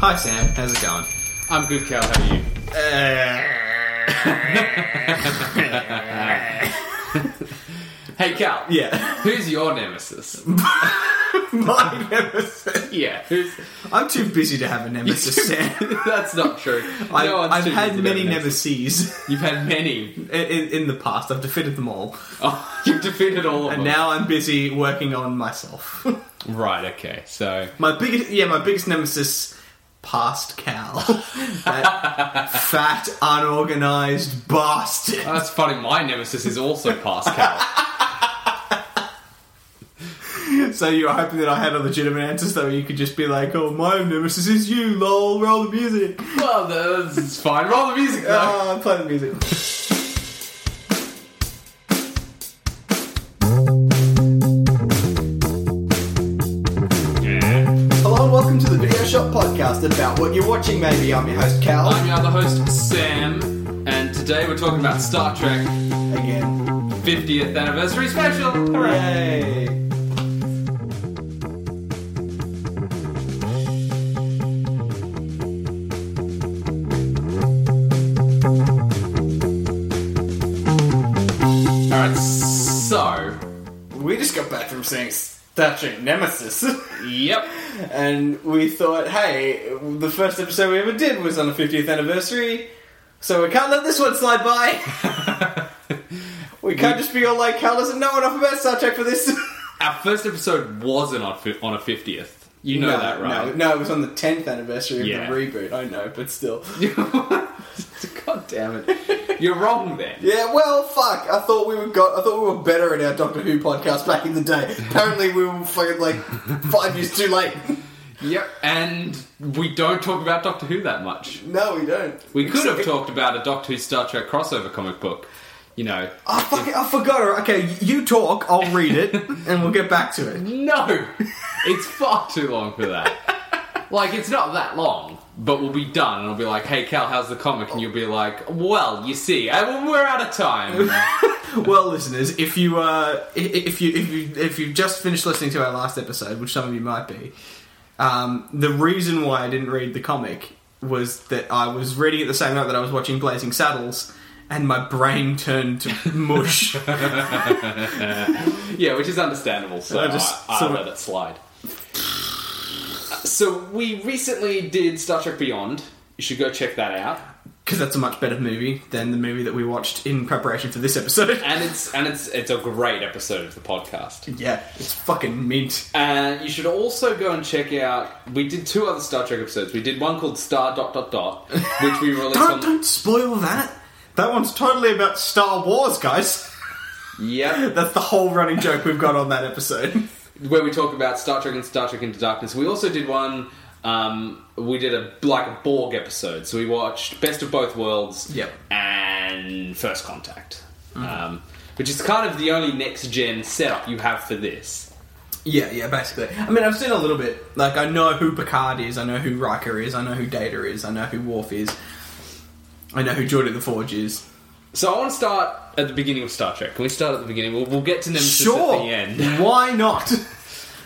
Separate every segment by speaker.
Speaker 1: Hi, Sam. How's it going?
Speaker 2: I'm good, Cal. How are you? Uh, Hey, Cal.
Speaker 1: yeah.
Speaker 2: Who's your nemesis?
Speaker 1: My nemesis.
Speaker 2: Yeah. Who's?
Speaker 1: I'm too busy to have a nemesis, Sam.
Speaker 2: That's not true.
Speaker 1: I,
Speaker 2: No one's
Speaker 1: I've
Speaker 2: too
Speaker 1: had
Speaker 2: busy to
Speaker 1: many
Speaker 2: have a nemesis.
Speaker 1: nemesis
Speaker 2: You've had many.
Speaker 1: in, in, in the past. I've defeated them all.
Speaker 2: Oh, you've defeated all of
Speaker 1: And
Speaker 2: them.
Speaker 1: now I'm busy working on myself.
Speaker 2: right. Okay. So
Speaker 1: my biggest, yeah, my biggest nemesis, past Cal. that fat, unorganized bastard.
Speaker 2: that's funny. My nemesis is also Pascal.
Speaker 1: So you were hoping that I had a legitimate answer, so you could just be like, "Oh, my nemesis is you." Lol, roll the music.
Speaker 2: well, that's it's fine. Roll the music. though.
Speaker 1: Ah, play the music. Hello and welcome to the Video Shop Podcast about what you're watching. Maybe I'm your host Cal
Speaker 2: I'm your other host, Sam, and today we're talking about Star Trek
Speaker 1: again.
Speaker 2: 50th anniversary special. Hooray!
Speaker 1: Hooray!
Speaker 2: All right. So,
Speaker 1: We just got back from seeing Star Trek Nemesis.
Speaker 2: yep.
Speaker 1: and we thought, hey, the first episode we ever did was on the 50th anniversary, so we can't let this one slide by. we can't just be all like, Cal doesn't know enough about Star Trek for this.
Speaker 2: Our first episode wasn't on fi- on a 50th. You know that,
Speaker 1: No,
Speaker 2: right?
Speaker 1: no, it was on the 10th anniversary of
Speaker 2: Yeah.
Speaker 1: the reboot. I know, but still.
Speaker 2: God damn it! You're wrong then.
Speaker 1: Yeah, well, fuck. I thought we were got. I thought we were better at our Doctor Who podcast back in the day. Apparently, we were fucking like five years too late.
Speaker 2: Yep. And we don't talk about Doctor Who that much.
Speaker 1: No, we don't.
Speaker 2: We could have talked about a Doctor Who Star Trek crossover comic book. You know.
Speaker 1: I fucking, I forgot. her. Okay, you talk. I'll read it, and we'll get back to it.
Speaker 2: No! It's far too long for that. Like, it's not that long, but we'll be done and I'll be like, hey, Cal, how's the comic? And you'll be like, well, you see, I, well, we're out of time.
Speaker 1: Well, listeners, if you uh, i- if you if you if you just finished listening to our last episode, which some of you might be, um, the reason why I didn't read the comic was that I was reading it the same night that I was watching Blazing Saddles, and my brain turned to mush.
Speaker 2: yeah, which is understandable, so
Speaker 1: I
Speaker 2: I
Speaker 1: just-
Speaker 2: I,
Speaker 1: so-
Speaker 2: let it slide. So, we recently did Star Trek Beyond. You should go check that out.
Speaker 1: Because that's a much better movie than the movie that we watched in preparation for this episode.
Speaker 2: And it's and it's it's a great episode of the podcast.
Speaker 1: Yeah, it's fucking mint.
Speaker 2: And you should also go and check out. We did two other Star Trek episodes. We did one called Star Dot Dot Dot, which we released
Speaker 1: Don't,
Speaker 2: on
Speaker 1: don't spoil that. That one's totally about Star Wars, guys.
Speaker 2: Yep.
Speaker 1: That's the whole running joke we've got on that episode.
Speaker 2: Where we talk about Star Trek and Star Trek Into Darkness. We also did one. Um, we did a like a Borg episode, so we watched Best of Both Worlds.
Speaker 1: Yep.
Speaker 2: And First Contact, um, which is kind of the only next gen setup you have for this.
Speaker 1: Yeah, yeah, basically. I mean, I've seen a little bit. Like, I know who Picard is, I know who Riker is, I know who Data is, I know who Worf is, I know who Geordi the Forge is.
Speaker 2: So I want to start at the beginning of Star Trek. Can we start at the beginning? We'll, we'll get to Nemesis at the end.
Speaker 1: Why not?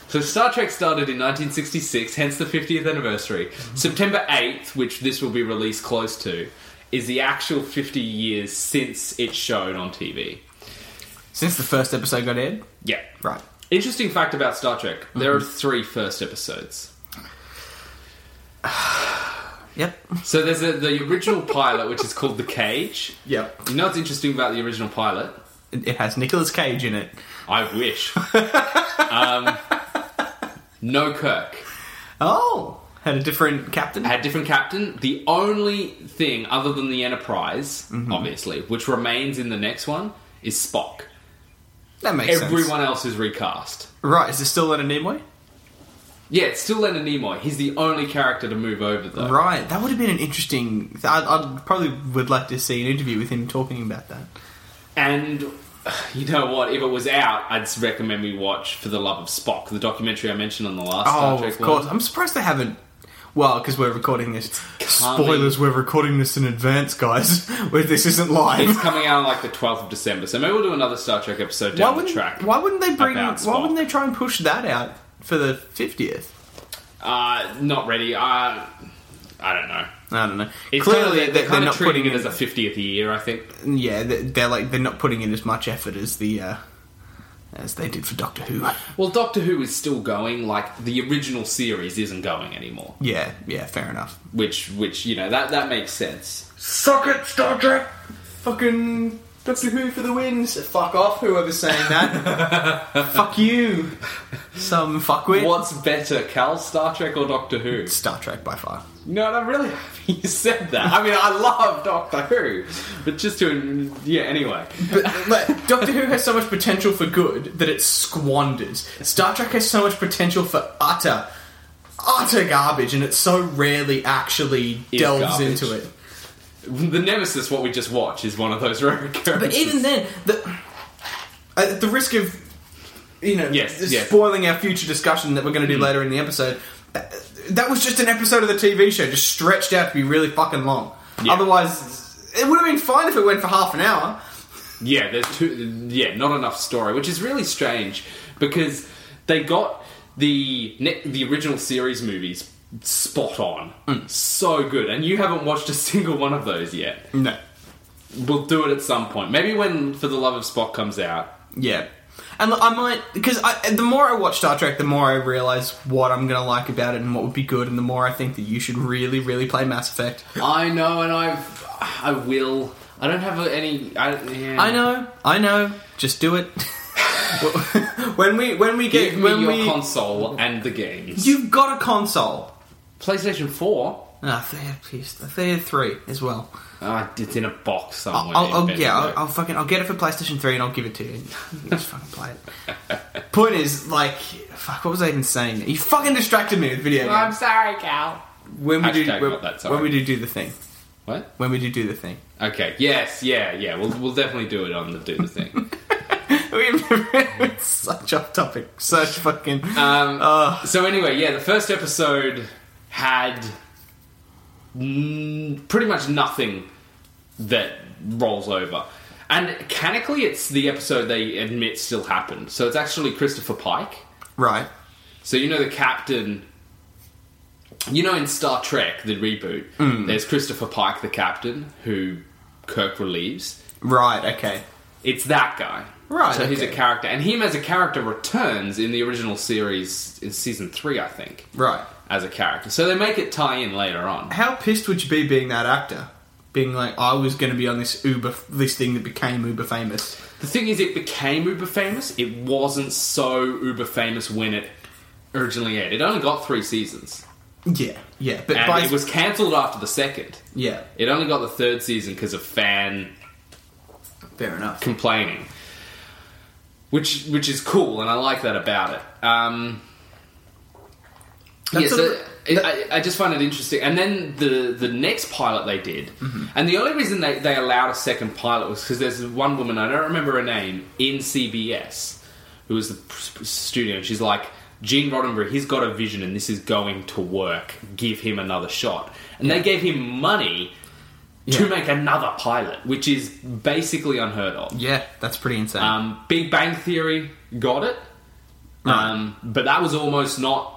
Speaker 2: So Star Trek started in 1966, hence the 50th anniversary. September 8th, which this will be released close to, is the actual 50 years since it showed on TV.
Speaker 1: Since the first episode got aired?
Speaker 2: Yeah.
Speaker 1: Right.
Speaker 2: Interesting fact about Star Trek there are
Speaker 1: Mm-hmm.
Speaker 2: three first episodes.
Speaker 1: Yep.
Speaker 2: So there's a, the original pilot, which is called The Cage.
Speaker 1: Yep.
Speaker 2: You know what's interesting about the original pilot?
Speaker 1: It it has Nicolas Cage in it.
Speaker 2: I wish. um, no Kirk.
Speaker 1: Oh! Had a different captain?
Speaker 2: had different captain. The only thing other than the Enterprise,
Speaker 1: Mm-hmm.
Speaker 2: obviously, which remains in the next one is Spock.
Speaker 1: That makes sense.
Speaker 2: Everyone else is recast.
Speaker 1: Right, is it still Leonard Nimoy?
Speaker 2: Yeah, it's still Leonard Nimoy. He's the only character to move over though.
Speaker 1: Right, that would have been an interesting. I'd, I'd probably would like to see an interview with him talking about that.
Speaker 2: And you know what? If it was out, I'd recommend we watch For the Love of Spock, the documentary I mentioned on the last Star
Speaker 1: Oh,
Speaker 2: Trek.
Speaker 1: of course.
Speaker 2: one.
Speaker 1: I'm surprised they haven't. Well, because we're recording this.
Speaker 2: coming.
Speaker 1: Spoilers, we're recording this in advance, guys. Where this isn't live.
Speaker 2: It's coming out on like the 12th of December, so maybe we'll do another Star Trek episode
Speaker 1: Why
Speaker 2: down the
Speaker 1: wouldn't,
Speaker 2: track.
Speaker 1: why wouldn't they bring?
Speaker 2: about
Speaker 1: Why
Speaker 2: Spock.
Speaker 1: wouldn't they try and push that out for the 50th?
Speaker 2: Uh, not ready. Uh, I don't know.
Speaker 1: I don't know.
Speaker 2: It's
Speaker 1: Clearly,
Speaker 2: kind of,
Speaker 1: they-
Speaker 2: they're,
Speaker 1: they're,
Speaker 2: kind of
Speaker 1: not
Speaker 2: treating
Speaker 1: putting
Speaker 2: it as a 50th year, I think.
Speaker 1: in, yeah, they- they're like they're not putting in as much effort as the uh, as they did for Doctor Who.
Speaker 2: Well, Doctor Who is still going. Like the original series isn't going anymore,
Speaker 1: yeah, yeah, fair enough.
Speaker 2: which which you know that that makes sense.
Speaker 1: Suck it, Star Trek. Fucking Doctor Who for the wins. Fuck off, whoever's saying that. Fuck you, some fuckwit.
Speaker 2: What's better, Cal, Star Trek, or Doctor Who?
Speaker 1: Star Trek by far.
Speaker 2: No, and I'm really happy you said that. I mean, I love Doctor Who, but just to yeah. Anyway,
Speaker 1: But like, Doctor Who has so much potential for good that it squanders. Star Trek has so much potential for utter, utter garbage, and it so rarely actually
Speaker 2: Is
Speaker 1: delves
Speaker 2: garbage.
Speaker 1: into it.
Speaker 2: the Nemesis, what we just watched, is one of those rare occurrences.
Speaker 1: But even then, the, at the risk of you know
Speaker 2: Yes,
Speaker 1: just
Speaker 2: yes. Hmm.
Speaker 1: spoiling our future discussion that we're going to do later in the episode, uh, that was just an episode of the TV show, just stretched out to be really fucking long.
Speaker 2: Yeah.
Speaker 1: Otherwise, it would have been fine if it went for half an hour.
Speaker 2: Yeah, there's two. Yeah, not enough story, which is really strange because they got the ne- the original series movies spot on,
Speaker 1: Mm.
Speaker 2: so good, and you haven't watched a single one of those yet.
Speaker 1: No.
Speaker 2: We'll do it at some point, maybe when For the Love of Spock comes out.
Speaker 1: Yeah. And look, I might because the more I watch Star Trek, the more I realize what I'm gonna like about it and what would be good, and the more I think that you should really, really play Mass Effect.
Speaker 2: I know, and I've I will. I don't have any. I, yeah.
Speaker 1: I know, I know. Just do it. when we when we get
Speaker 2: Give me
Speaker 1: when
Speaker 2: your
Speaker 1: we
Speaker 2: console and the games.
Speaker 1: you've got a console.
Speaker 2: PlayStation Four.
Speaker 1: Ah, they had PS- they had three as well.
Speaker 2: Uh, it's in a box somewhere.
Speaker 1: I'll, I'll,
Speaker 2: in
Speaker 1: yeah,
Speaker 2: Bendigo.
Speaker 1: I'll, I'll fucking I'll get it for PlayStation Three and I'll give it to you. You Just fucking play it. Point is, like, fuck. What was I even saying? You fucking distracted me with video games.
Speaker 2: I'm sorry, Cal.
Speaker 1: when we do
Speaker 2: Hashtag
Speaker 1: when,
Speaker 2: not that, sorry.
Speaker 1: when we do do the thing
Speaker 2: What?
Speaker 1: when we do do the thing
Speaker 2: Okay. Yes. Yeah. Yeah. We'll we'll definitely do it on the do the thing.
Speaker 1: We've- it's such off topic such fucking
Speaker 2: Um,
Speaker 1: Ugh.
Speaker 2: so anyway, yeah, the first episode had mm, pretty much nothing that rolls over, and canonically, it's the episode they admit still happened. So it's actually Christopher Pike.
Speaker 1: right
Speaker 2: So you know the captain. You know in Star Trek the reboot,
Speaker 1: Mm.
Speaker 2: there's Christopher Pike, the captain, who Kirk relieves.
Speaker 1: right okay
Speaker 2: It's that guy.
Speaker 1: Right,
Speaker 2: So he's a
Speaker 1: okay.
Speaker 2: character. And him as a character returns in the original series in season three, I think.
Speaker 1: right
Speaker 2: As a character. So they make it tie in later on.
Speaker 1: how pissed would you be being that actor being like I was going to be on this Uber this thing that became uber famous
Speaker 2: The thing is it became uber famous. It wasn't so uber famous when it originally aired. It only got three seasons.
Speaker 1: yeah yeah but
Speaker 2: And
Speaker 1: by
Speaker 2: it was cancelled after the second.
Speaker 1: yeah
Speaker 2: It only got the third season because of fan
Speaker 1: fair enough
Speaker 2: complaining, which which is cool, and I like that about it. Um, yeah,
Speaker 1: That's
Speaker 2: so
Speaker 1: sort of-
Speaker 2: it, I, I just find it interesting. And then the the next pilot they did,
Speaker 1: Mm-hmm.
Speaker 2: and the only reason they, they allowed a second pilot was because there's one woman I don't remember her name in CBS who was the p- p- studio, and she's like. Gene Roddenberry, he's got a vision and this is going to work. Give him another shot. And they gave him money to
Speaker 1: Yeah.
Speaker 2: make another pilot, which is basically unheard of.
Speaker 1: yeah that's pretty insane
Speaker 2: Um, Big Bang Theory got it, um, but that was almost not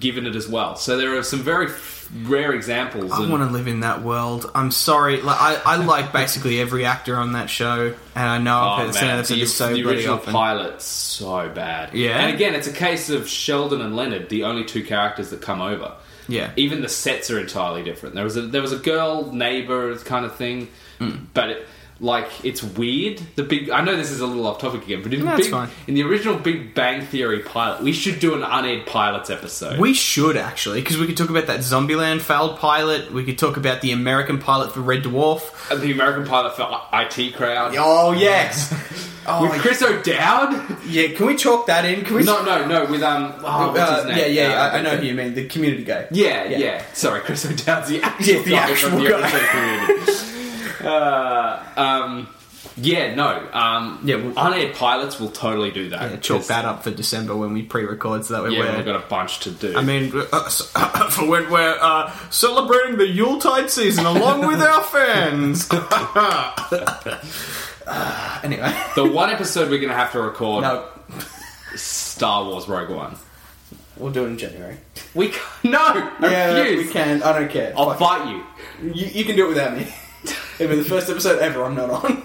Speaker 2: given it as well. So there are some very f- rare examples.
Speaker 1: I
Speaker 2: and-
Speaker 1: want to live in that world. I'm sorry. Like I, I like basically every actor on that show, and I know
Speaker 2: Oh,
Speaker 1: I've heard
Speaker 2: man,
Speaker 1: that
Speaker 2: the,
Speaker 1: so
Speaker 2: the
Speaker 1: bloody
Speaker 2: original
Speaker 1: often.
Speaker 2: pilot's so bad.
Speaker 1: Yeah?
Speaker 2: and again, it's a case of Sheldon and Leonard, the only two characters that come over.
Speaker 1: Yeah.
Speaker 2: even the sets are entirely different. There was a there was a girl neighbor kind of thing,
Speaker 1: Mm.
Speaker 2: but it, like it's weird. The big I know this is a little off topic again, but in,
Speaker 1: No, it's
Speaker 2: big,
Speaker 1: fine.
Speaker 2: in the original Big Bang Theory pilot, we should do an unaired pilots episode.
Speaker 1: We should actually, because we could talk about that Zombieland failed pilot. We could talk about the American pilot for Red Dwarf.
Speaker 2: And the American pilot for I- IT Crowd
Speaker 1: Oh yes. oh
Speaker 2: with Chris O'Dowd.
Speaker 1: yeah. Can we chalk that in? Can we?
Speaker 2: No, no, no. With um, oh, what's his name?
Speaker 1: yeah, yeah.
Speaker 2: Uh,
Speaker 1: I, know who you mean. The community guy.
Speaker 2: Yeah, yeah. Sorry, Chris O'Dowd's the actual
Speaker 1: Yeah, the
Speaker 2: guy
Speaker 1: actual
Speaker 2: from the
Speaker 1: guy.
Speaker 2: episode community. uh, um, yeah, no. Um,
Speaker 1: Yeah, we'll-
Speaker 2: unaired pilots will totally do that.
Speaker 1: Yeah, chalk
Speaker 2: 'cause-
Speaker 1: that up for December when we pre-record, so that way
Speaker 2: Yeah,
Speaker 1: we're.
Speaker 2: we've got a bunch to do.
Speaker 1: I mean, uh, so- for when we're uh, celebrating the Yuletide season along with our fans. Uh, anyway,
Speaker 2: the one episode we're going to have to record
Speaker 1: no,
Speaker 2: is Star Wars Rogue One.
Speaker 1: We'll do it in January.
Speaker 2: We c no, I
Speaker 1: Yeah,
Speaker 2: refuse.
Speaker 1: we can. I don't care.
Speaker 2: I'll
Speaker 1: Oh, Fuck it.
Speaker 2: fight you.
Speaker 1: You, you can do it without me. It'll be the first episode ever I'm not on.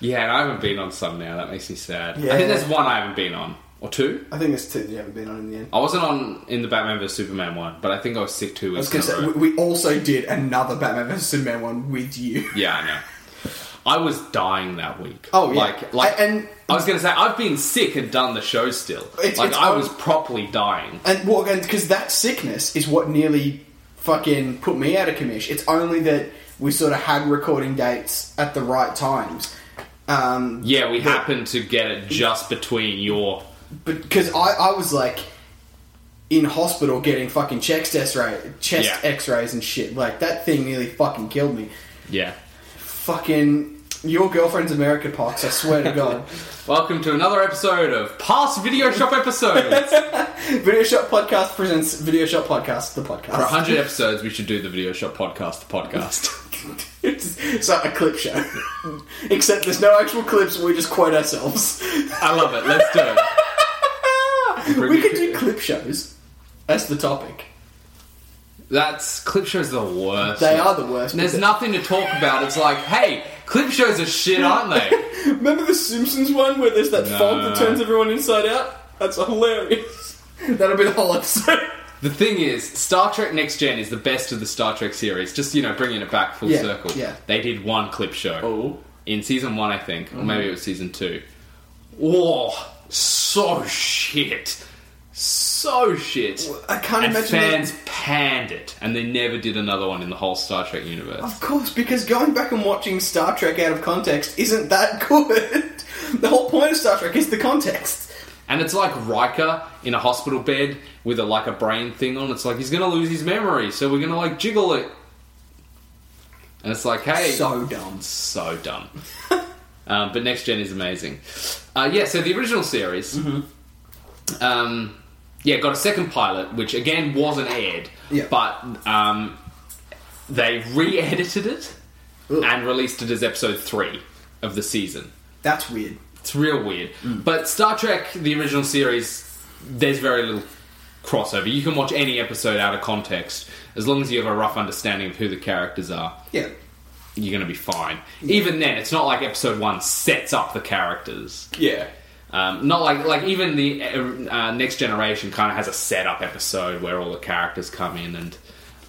Speaker 2: Yeah, and I haven't been on some now. That makes me sad. I
Speaker 1: Yeah.
Speaker 2: think there's one I haven't been on, or two.
Speaker 1: I think there's two that you haven't been on in the end.
Speaker 2: I wasn't on in the Batman vs Superman one, but I think I was sick two
Speaker 1: I was
Speaker 2: weeks.
Speaker 1: going to
Speaker 2: in
Speaker 1: say,
Speaker 2: a row.
Speaker 1: we, we also did another Batman vs. Superman one with you.
Speaker 2: Yeah, I know. I was dying that week.
Speaker 1: Oh, yeah.
Speaker 2: like like
Speaker 1: I- and-
Speaker 2: I was gonna say I've been sick and done the show still.
Speaker 1: It's-
Speaker 2: like
Speaker 1: it's
Speaker 2: I
Speaker 1: un-
Speaker 2: was properly dying.
Speaker 1: And what? Because that sickness is what nearly fucking put me out of commission. It's only that we sort of had recording dates at the right times. Um,
Speaker 2: Yeah, we happened to get it just between your.
Speaker 1: but because I, I was like in hospital getting fucking chest X-ray, chest
Speaker 2: Yeah.
Speaker 1: X-rays and shit. Like that thing nearly fucking killed me.
Speaker 2: Yeah.
Speaker 1: Fucking your girlfriend's America pox. I swear to God.
Speaker 2: Welcome to another episode of Past Video Shop Episodes.
Speaker 1: Video Shop Podcast presents Video Shop Podcast, the
Speaker 2: For
Speaker 1: podcast.
Speaker 2: 100 episodes, we should do the Video Shop Podcast, the podcast.
Speaker 1: it's like a clip show, except there's no actual clips. We just quote ourselves.
Speaker 2: I love it. Let's do it.
Speaker 1: we could do clip shows. That's the topic.
Speaker 2: That's clip shows are the worst.
Speaker 1: They are the worst.
Speaker 2: There's
Speaker 1: but-
Speaker 2: nothing to talk about. It's like, hey, clip shows are shit, aren't they?
Speaker 1: Remember the Simpsons one where there's that
Speaker 2: No.
Speaker 1: fog that turns everyone inside out? That's hilarious. That'll be the whole episode.
Speaker 2: The thing is, Star Trek Next Gen is the best of the Star Trek series. Just you know, bringing it back full
Speaker 1: Yeah,
Speaker 2: circle.
Speaker 1: yeah.
Speaker 2: They did one clip show
Speaker 1: Oh. Mm-hmm.
Speaker 2: in season one, I think, or maybe it was season two. Oh, so shit, so shit.
Speaker 1: I can't
Speaker 2: and
Speaker 1: imagine.
Speaker 2: fans panned it, and they never did another one in the whole Star Trek universe.
Speaker 1: Of course, because going back and watching Star Trek out of context isn't that good. the whole point of Star Trek is the context.
Speaker 2: And it's like Riker in a hospital bed with a like a brain thing on. It's like he's gonna lose his memory, so we're gonna like jiggle it. And it's like, hey,
Speaker 1: So dumb.
Speaker 2: so dumb. um, but next gen is amazing. Uh, yeah, so the original series, um, yeah, got a second pilot, which again wasn't aired,
Speaker 1: Yeah.
Speaker 2: but um, they re-edited it
Speaker 1: Ugh.
Speaker 2: and released it as episode three of the season.
Speaker 1: That's weird.
Speaker 2: It's real weird. But Star Trek, the original series, there's very little crossover. You can watch any episode out of context as long as you have a rough understanding of who the characters are
Speaker 1: Yeah.
Speaker 2: you're going to be fine. Even then, it's not like episode one sets up the characters.
Speaker 1: Yeah.
Speaker 2: Um, not like like even the uh, uh, next generation kind of has a setup episode where all the characters come in and.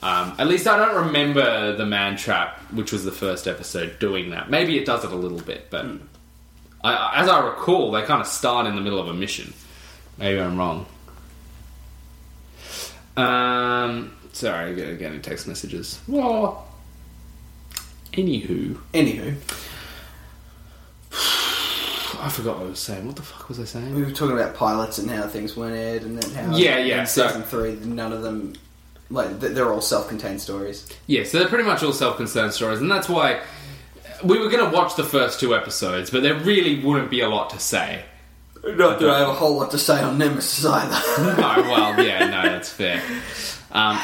Speaker 2: Um, at least I don't remember the Man Trap, which was the first episode, doing that. Maybe it does it a little bit, but I- I, as I recall, they kind of start in the middle of a mission. Maybe I'm wrong. Um, sorry, I'm getting text messages. Well, anywho,
Speaker 1: Anywho,
Speaker 2: I forgot what I was saying. What the fuck was I saying?
Speaker 1: we were talking about pilots and how things weren't aired, and then how
Speaker 2: Yeah, yeah,
Speaker 1: in
Speaker 2: so-
Speaker 1: season three, none of them like th- they're all self-contained stories.
Speaker 2: Yeah, so they're pretty much all self-concerned stories, and that's why we were going to watch the first two episodes, but there really wouldn't be a lot to say.
Speaker 1: Not that I have a whole lot to say on Nemesis either.
Speaker 2: Oh well, yeah, no, that's fair. Um,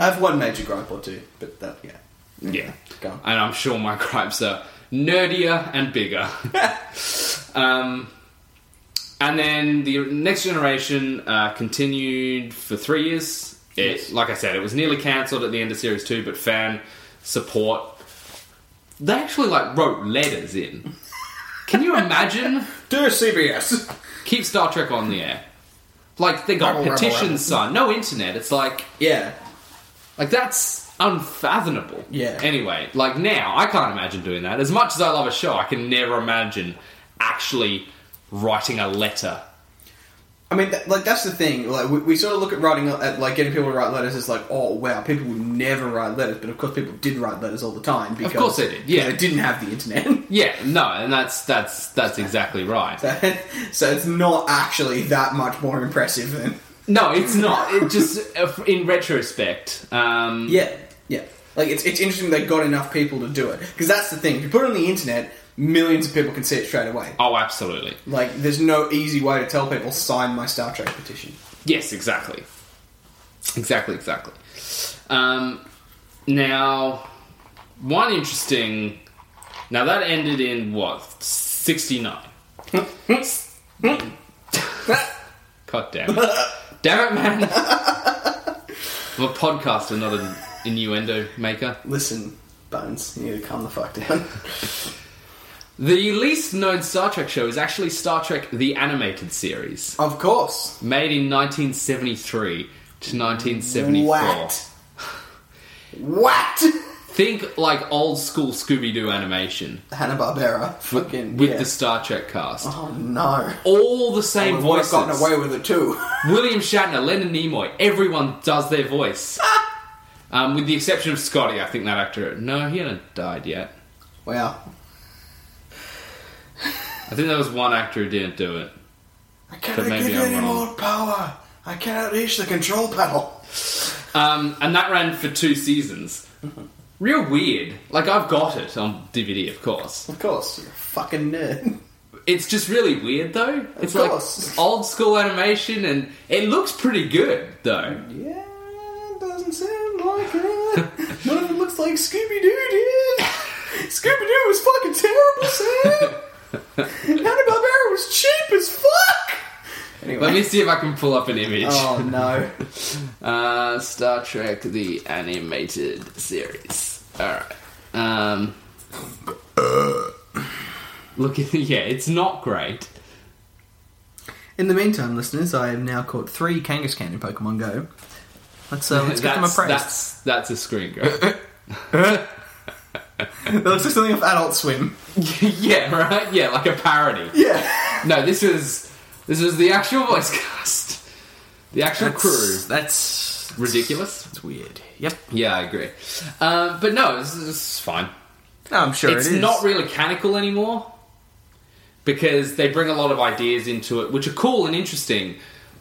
Speaker 1: I have one major gripe or two, but that yeah.
Speaker 2: yeah,
Speaker 1: Go on.
Speaker 2: and I'm sure my gripes are nerdier and bigger. um, and then the next generation uh, continued for three years. It,
Speaker 1: Yes.
Speaker 2: Like I said, it was nearly cancelled at the end of series two, but fan support. They actually like wrote letters in. Can you imagine?
Speaker 1: Dear CBS,
Speaker 2: Keep Star Trek on the air. Like they got
Speaker 1: Rebel, rebel, rebel.
Speaker 2: petitions signed, no internet. It's like
Speaker 1: yeah,
Speaker 2: like that's unfathomable.
Speaker 1: Yeah.
Speaker 2: Anyway, like now, I can't imagine doing that. As much as I love a show, I can never imagine actually writing a letter.
Speaker 1: I mean, that, like that's the thing. Like we, we sort of look at writing uh, at like getting people to write letters as like, oh wow, people would never write letters, but of course people did write letters all the time. Because,
Speaker 2: course they did, yeah.
Speaker 1: they didn't have the internet,
Speaker 2: Yeah, no, and that's that's that's exactly right.
Speaker 1: so it's not actually that much more impressive than
Speaker 2: No, it's not. It just uh, in retrospect. Um,
Speaker 1: yeah, yeah. Like it's it's interesting they got enough people to do it because that's the thing. If you put it on the internet, millions of people can see it straight away.
Speaker 2: Oh, absolutely.
Speaker 1: Like there's no easy way to tell people sign my Star Trek petition.
Speaker 2: Yes, exactly. Exactly, exactly. Um, now, one interesting. Now, that ended in what? 69. God damn it. damn it, man. I'm a podcaster, not an innuendo maker.
Speaker 1: Listen, Bones, you need to calm the fuck down.
Speaker 2: The least known Star Trek show is actually Star Trek The Animated Series,
Speaker 1: of course.
Speaker 2: made in 1973 to 1974.
Speaker 1: What? What?
Speaker 2: Think like old school Scooby Doo animation
Speaker 1: Hanna Barbera. Fucking
Speaker 2: with
Speaker 1: yeah.
Speaker 2: the Star Trek cast.
Speaker 1: Oh no.
Speaker 2: All the same
Speaker 1: They would have
Speaker 2: voices.
Speaker 1: gotten away with it too.
Speaker 2: William Shatner, Leonard Nimoy, everyone does their voice.
Speaker 1: Ah!
Speaker 2: um, with the exception of Scotty, I think that actor. No, he hadn't died yet.
Speaker 1: wow.
Speaker 2: I think there was one actor who didn't do it.
Speaker 1: I
Speaker 2: But
Speaker 1: cannot
Speaker 2: maybe
Speaker 1: give you
Speaker 2: I'm
Speaker 1: any
Speaker 2: wrong.
Speaker 1: more power. I cannot reach the control panel.
Speaker 2: Um, and that ran for two seasons. Real weird. Like, I've got it on DVD, of course.
Speaker 1: Of course, you're a fucking nerd.
Speaker 2: It's just really weird, though. It's like
Speaker 1: course.
Speaker 2: old school animation, and it looks pretty good, though.
Speaker 1: Yeah, it doesn't sound like it. None of it looks like Scooby Doo did. Scooby Doo was fucking terrible, Sam. Hanna Barbera was cheap as fuck. Anyway.
Speaker 2: Let me see if I can pull up an image.
Speaker 1: Oh no.
Speaker 2: Uh, Star Trek: The Animated Series. All right. Um, look, at yeah, it's not great.
Speaker 1: In the meantime, listeners, I have now caught three Kangaskhan in Pokemon Go. Let's uh, let's give them a
Speaker 2: that's,
Speaker 1: praise.
Speaker 2: that's that's a screen grab.
Speaker 1: That looks like something of Adult Swim.
Speaker 2: yeah, right. Yeah, like a parody.
Speaker 1: Yeah.
Speaker 2: No, this is this is the actual voice cast, the actual crew.
Speaker 1: That's, that's
Speaker 2: Ridiculous.
Speaker 1: It's weird. Yep.
Speaker 2: Yeah, I agree. Um, but no, this is, this is fine.
Speaker 1: I'm sure
Speaker 2: it's
Speaker 1: it is.
Speaker 2: not really canonical anymore because they bring a lot of ideas into it which are cool and interesting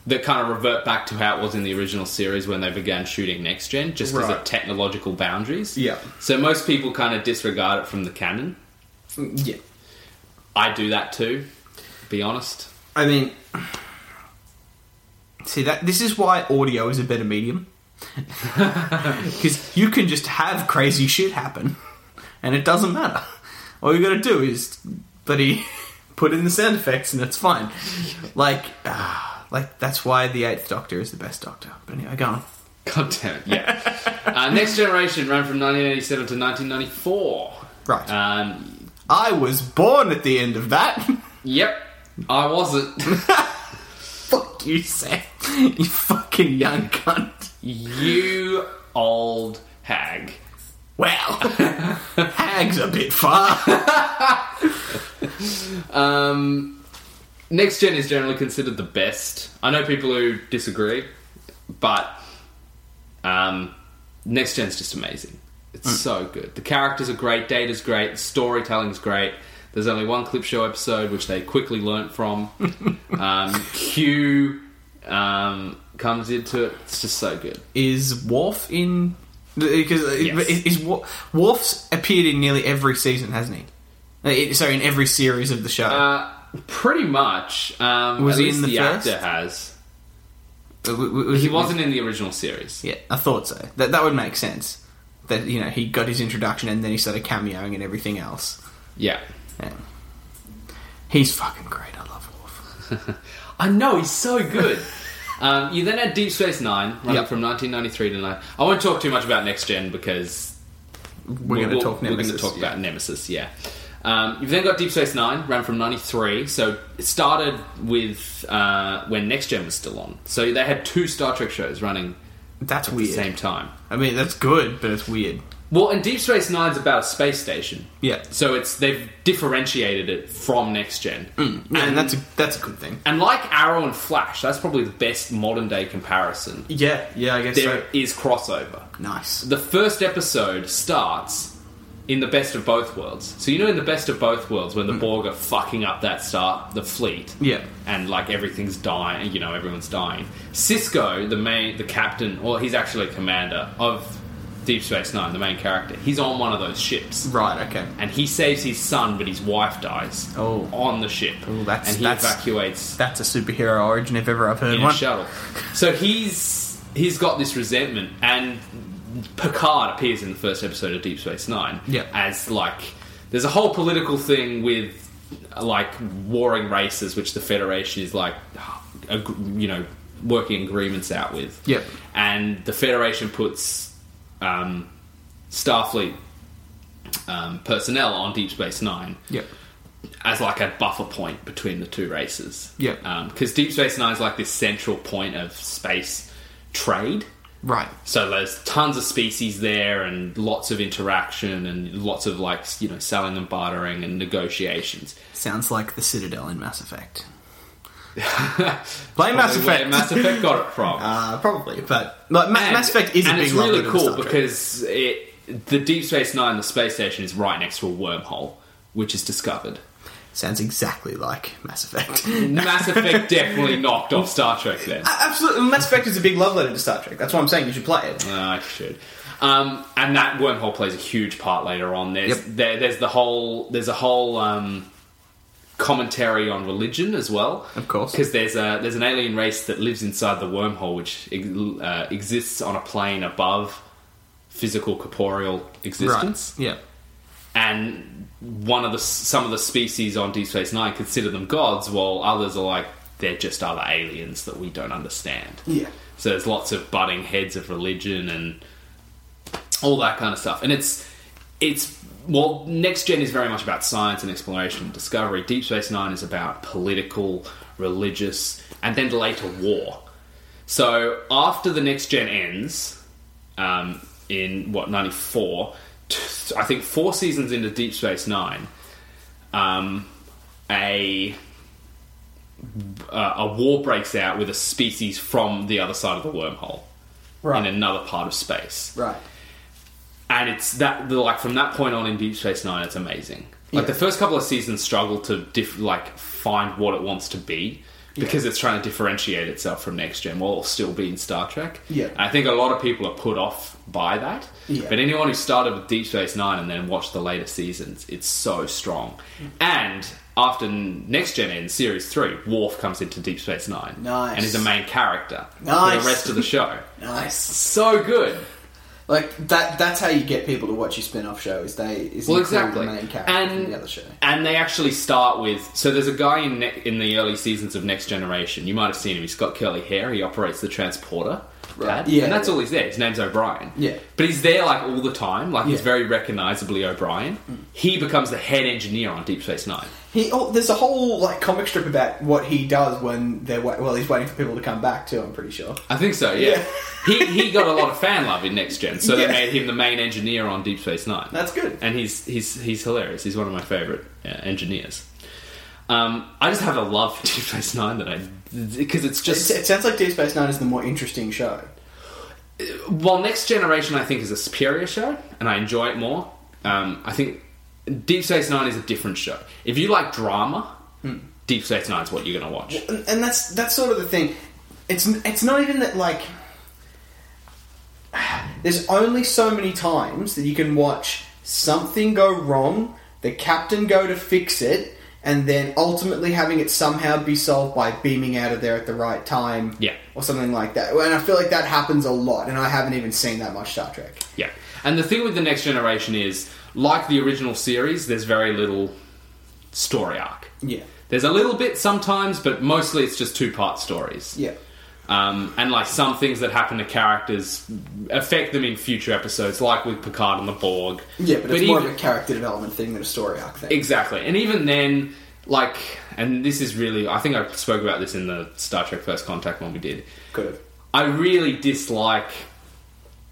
Speaker 2: that kind of revert back to how it was in the original series when they began shooting next gen just because
Speaker 1: Right.
Speaker 2: of technological boundaries
Speaker 1: Yeah.
Speaker 2: so most people kind of disregard it from the canon
Speaker 1: Yeah.
Speaker 2: i do that too be honest
Speaker 1: I mean, see that this is why audio is a better medium because you can just have crazy shit happen, and it doesn't matter. All you got to do is bloody put in the sound effects, and it's fine. Like, ah, like that's why the Eighth Doctor is the best Doctor. But anyway, go on.
Speaker 2: god damn it yeah uh, next generation ran from 1987 to 1994
Speaker 1: Right.
Speaker 2: um,
Speaker 1: I was born at the end of that.
Speaker 2: yep i wasn't
Speaker 1: Fuck you, Sam. You fucking young cunt.
Speaker 2: you old hag
Speaker 1: Well, hag's a bit far.
Speaker 2: Um, next gen is generally considered the best. I know people who disagree, but um, next gen's just amazing. It's
Speaker 1: Mm.
Speaker 2: so good. The characters are great. Data's great. The storytelling's great. There's only one clip show episode which they quickly learnt from. um, Q um, comes into it. It's just so good.
Speaker 1: is Worf in? Because
Speaker 2: Yes.
Speaker 1: is, is Wor- Worf's appeared in nearly every season, hasn't he? Uh, it- Sorry, in every series of the show.
Speaker 2: Uh, pretty much. Um,
Speaker 1: Was
Speaker 2: at
Speaker 1: he
Speaker 2: least
Speaker 1: in the
Speaker 2: the
Speaker 1: first?
Speaker 2: actor has.
Speaker 1: Uh, W- w- was
Speaker 2: He
Speaker 1: it-
Speaker 2: wasn't in the original series.
Speaker 1: Yeah, I thought so. That that would make sense. That you know he got his introduction and then he started cameoing and everything else.
Speaker 2: Yeah.
Speaker 1: Yeah. He's fucking great. I love Worf.
Speaker 2: I know he's so good. um, you then had Deep Space Nine running
Speaker 1: Yep.
Speaker 2: from 1993 to 9. I won't talk too much about next gen because
Speaker 1: We're going to
Speaker 2: we'll-
Speaker 1: talk.
Speaker 2: we're gonna
Speaker 1: Nemesis,
Speaker 2: talk
Speaker 1: yeah.
Speaker 2: about Nemesis. Yeah. Um, you've then got Deep Space Nine ran from 93, so it started with uh, when next gen was still on. So they had two Star Trek shows running
Speaker 1: That's
Speaker 2: at
Speaker 1: weird.
Speaker 2: the same time.
Speaker 1: I mean, that's good, but it's weird.
Speaker 2: Well, and Deep Space Nine's about a space station.
Speaker 1: Yeah.
Speaker 2: So it's they've differentiated it from next gen.
Speaker 1: Mm, And that's a, that's a good thing.
Speaker 2: And like Arrow and Flash, that's probably the best modern day comparison.
Speaker 1: Yeah, yeah, I guess
Speaker 2: There is crossover.
Speaker 1: so. Nice.
Speaker 2: The first episode starts in the best of both worlds. So you know, in the best of both worlds, when the Borg are fucking up that star, the fleet,
Speaker 1: Mm. Yeah.
Speaker 2: and like everything's dying, you know, everyone's dying. Cisco, the main, the captain, or he's actually a commander of Deep Space Nine, the main character. He's on one of those ships.
Speaker 1: Right. Okay.
Speaker 2: And he saves his son, but his wife dies
Speaker 1: Oh.
Speaker 2: on the ship.
Speaker 1: Ooh, that's-
Speaker 2: and he
Speaker 1: that's-
Speaker 2: evacuates
Speaker 1: That's a superhero origin if ever I've heard
Speaker 2: in
Speaker 1: one.
Speaker 2: a shuttle. So he's he's got this resentment, and Picard appears in the first episode of Deep Space Nine
Speaker 1: Yeah.
Speaker 2: as like there's a whole political thing with like warring races, which the Federation is like ag- you know working agreements out with.
Speaker 1: Yep.
Speaker 2: And the Federation puts um, Starfleet um, personnel on Deep Space Nine
Speaker 1: Yep.
Speaker 2: as like a buffer point between the two races.
Speaker 1: Yep.
Speaker 2: Because Deep Space Nine is like this central point of space trade.
Speaker 1: Right.
Speaker 2: So there's tons of species there, and lots of interaction, and lots of like you know selling and bartering and negotiations.
Speaker 1: Sounds like the Citadel in Mass Effect. Blame Mass
Speaker 2: Probably where
Speaker 1: Effect.
Speaker 2: Mass Effect got it from.
Speaker 1: uh, probably, but like, Ma- Mass Effect is a
Speaker 2: and
Speaker 1: big
Speaker 2: it's really
Speaker 1: lump of
Speaker 2: cool
Speaker 1: Star Trek.
Speaker 2: because it the Deep Space Nine, the space station, is right next to a wormhole, which is discovered.
Speaker 1: sounds exactly like Mass Effect.
Speaker 2: Mass Effect definitely knocked off Star Trek then.
Speaker 1: Absolutely, Mass Effect is a big love letter to Star Trek. That's why I'm saying you should play it.
Speaker 2: Uh, I should. Um, and that wormhole plays a huge part later on. There's
Speaker 1: Yep.
Speaker 2: there, there's the whole there's a whole um, commentary on religion as well.
Speaker 1: Of course.
Speaker 2: because there's a there's an alien race that lives inside the wormhole, which ex- uh, exists on a plane above physical corporeal existence.
Speaker 1: Yeah.
Speaker 2: And one of the some of the species on Deep Space Nine consider them gods, while others are like they're just other aliens that we don't understand.
Speaker 1: Yeah.
Speaker 2: So there's lots of butting heads of religion and all that kind of stuff. And it's it's well, next gen is very much about science and exploration and discovery. Deep Space Nine is about political, religious, and then later war. So after the next gen ends, um, in what ninety four, t- I think four seasons into Deep Space Nine, um, a uh, a war breaks out with a species from the other side of the wormhole
Speaker 1: Right.
Speaker 2: in another part of space.
Speaker 1: Right.
Speaker 2: And it's that the- like from that point on in Deep Space Nine, it's amazing. Like
Speaker 1: Yeah.
Speaker 2: the first couple of seasons struggle to diff- like find what it wants to be because it's trying to differentiate itself from next gen while still being Star Trek.
Speaker 1: Yeah.
Speaker 2: I think a lot of people are put off by that.
Speaker 1: Yeah.
Speaker 2: But anyone who started with Deep Space Nine and then watched the later seasons, it's so strong.
Speaker 1: Mm.
Speaker 2: And after Next Gen ends, Series 3, Worf comes into Deep Space Nine.
Speaker 1: Nice.
Speaker 2: And is a main character for
Speaker 1: Nice.
Speaker 2: the rest of the show.
Speaker 1: Nice.
Speaker 2: so good.
Speaker 1: Like that. That's how you get people to watch your spin-off show. Is they is
Speaker 2: Well,
Speaker 1: include
Speaker 2: exactly.
Speaker 1: the main character
Speaker 2: And
Speaker 1: from the other show.
Speaker 2: and they actually start with so there's a guy in ne- in the early seasons of Next Generation. You might have seen him. He's got curly hair. He operates the transporter.
Speaker 1: Right.
Speaker 2: pad,
Speaker 1: Yeah,
Speaker 2: and that's
Speaker 1: yeah.
Speaker 2: all he's there. His name's O'Brien.
Speaker 1: Yeah.
Speaker 2: but he's there like all the time. Like he's
Speaker 1: Yeah. Mm.
Speaker 2: very recognizably O'Brien. He becomes the head engineer on Deep Space Nine.
Speaker 1: He oh, there's a whole like comic strip about what he does when they're wait- well he's waiting for people to come back too. I'm pretty sure.
Speaker 2: I think so. Yeah,
Speaker 1: Yeah.
Speaker 2: he he got a lot of fan love in Next Gen, so
Speaker 1: Yeah.
Speaker 2: they made him the main engineer on Deep Space Nine.
Speaker 1: That's good.
Speaker 2: and he's he's he's hilarious. He's one of my favorite uh, engineers. Um, I just have a love for Deep Space Nine that I because it's
Speaker 1: It,
Speaker 2: just
Speaker 1: it sounds like Deep Space Nine is the more interesting show.
Speaker 2: while Next Generation I think is a superior show and I enjoy it more. Um, I think Deep Space Nine is a different show. If you like drama,
Speaker 1: Hmm.
Speaker 2: Deep Space Nine is what you're going to watch.
Speaker 1: and, and that's that's sort of the thing. It's it's not even that like. There's only so many times that you can watch something go wrong, the captain go to fix it, and then ultimately having it somehow be solved by beaming out of there at the right time,
Speaker 2: Yeah.
Speaker 1: or something like that. And I feel like that happens a lot, and I haven't even seen that much Star Trek.
Speaker 2: Yeah. And the thing with the Next Generation is, like the original series, there's very little story arc.
Speaker 1: Yeah,
Speaker 2: There's a little bit sometimes, but mostly it's just two part stories.
Speaker 1: yeah,
Speaker 2: Um, and like some things that happen to characters affect them in future episodes, like with Picard and the Borg.
Speaker 1: yeah. But, it's more
Speaker 2: even-
Speaker 1: of a character development thing than a story arc thing.
Speaker 2: exactly. And even then, like, and this is really, I think I spoke about this in the Star Trek First Contact one we did.
Speaker 1: Could have.
Speaker 2: I really dislike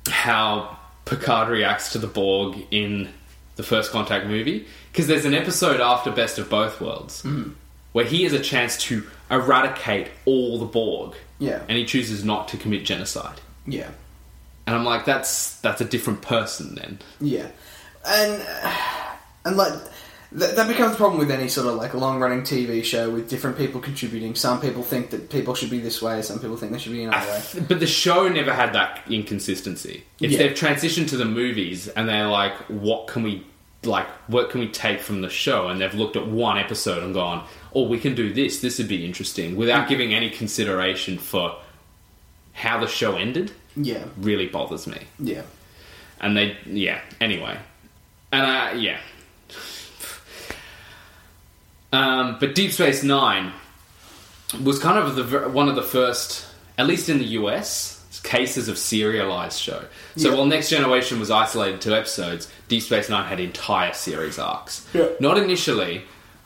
Speaker 2: how Picard reacts to the Borg in the First Contact movie because there's an episode after Best of Both Worlds
Speaker 1: Mm.
Speaker 2: where he has a chance to eradicate all the Borg.
Speaker 1: Yeah.
Speaker 2: And he chooses not to commit genocide.
Speaker 1: Yeah.
Speaker 2: And I'm like, that's that's a different person then.
Speaker 1: Yeah, and and like th- that becomes the problem with any sort of like long running TV show with different people contributing. Some people think that people should be this way. Some people think they should be another way.
Speaker 2: But the show never had that inconsistency. It's
Speaker 1: Yeah.
Speaker 2: they've transitioned to the movies and they're like, what can we like what can we take from the show? And they've looked at one episode and gone, Oh, we can do this, this would be interesting, without giving any consideration for how the show ended
Speaker 1: Yeah,
Speaker 2: really bothers me.
Speaker 1: yeah.
Speaker 2: And they yeah, anyway. And I yeah. Um, but Deep Space Nine was kind of the, ver- one of the first, at least in the US, cases of serialized show. So
Speaker 1: Yeah.
Speaker 2: while Next Generation was isolated to episodes, Deep Space Nine had entire series arcs.
Speaker 1: Yeah.
Speaker 2: Not initially,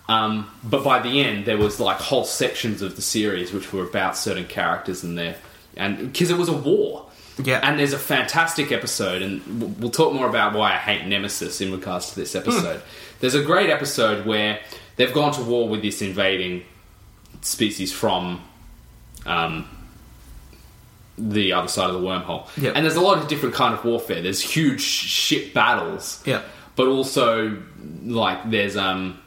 Speaker 2: um, but by the end, there was like whole sections of the series which were about certain characters and their and because it was a war.
Speaker 1: Yeah.
Speaker 2: and there's a fantastic episode, and w- we'll talk more about why I hate Nemesis in regards to this episode. There's a great episode where they've gone to war with this invading species from um, the other side of the wormhole.
Speaker 1: Yep.
Speaker 2: And there's a lot of different kind of warfare. There's huge sh- ship battles.
Speaker 1: Yep.
Speaker 2: But also like there's um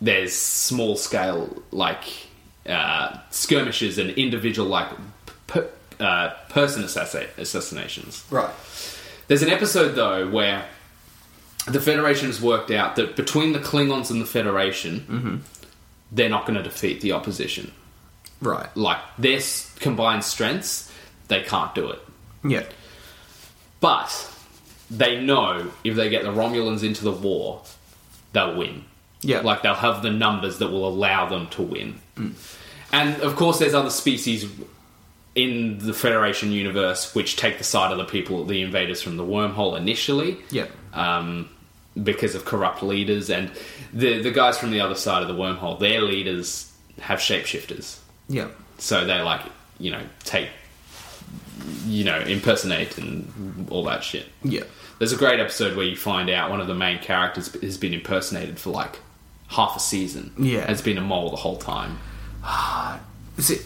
Speaker 2: there's small scale like uh, skirmishes and individual like p- p- uh, person assassi- assassinations.
Speaker 1: Right.
Speaker 2: There's an episode though where the Federation has worked out that between the Klingons and the Federation, they're not going to defeat the opposition.
Speaker 1: Right.
Speaker 2: Like their s- combined strengths, they can't do it.
Speaker 1: Yeah.
Speaker 2: But they know if they get the Romulans into the war, they'll win.
Speaker 1: Yeah.
Speaker 2: Like they'll have the numbers that will allow them to win.
Speaker 1: Mm.
Speaker 2: And of course, there's other species in the Federation universe which take the side of the people, the invaders from the wormhole initially.
Speaker 1: Yeah.
Speaker 2: Um, because of corrupt leaders and the the guys from the other side of the wormhole, their leaders have shapeshifters
Speaker 1: Yeah.
Speaker 2: so they like you know take you know impersonate and all that shit
Speaker 1: Yeah.
Speaker 2: there's a great episode where you find out one of the main characters has been impersonated for like half a season
Speaker 1: Yeah.
Speaker 2: has been a mole the whole time
Speaker 1: See,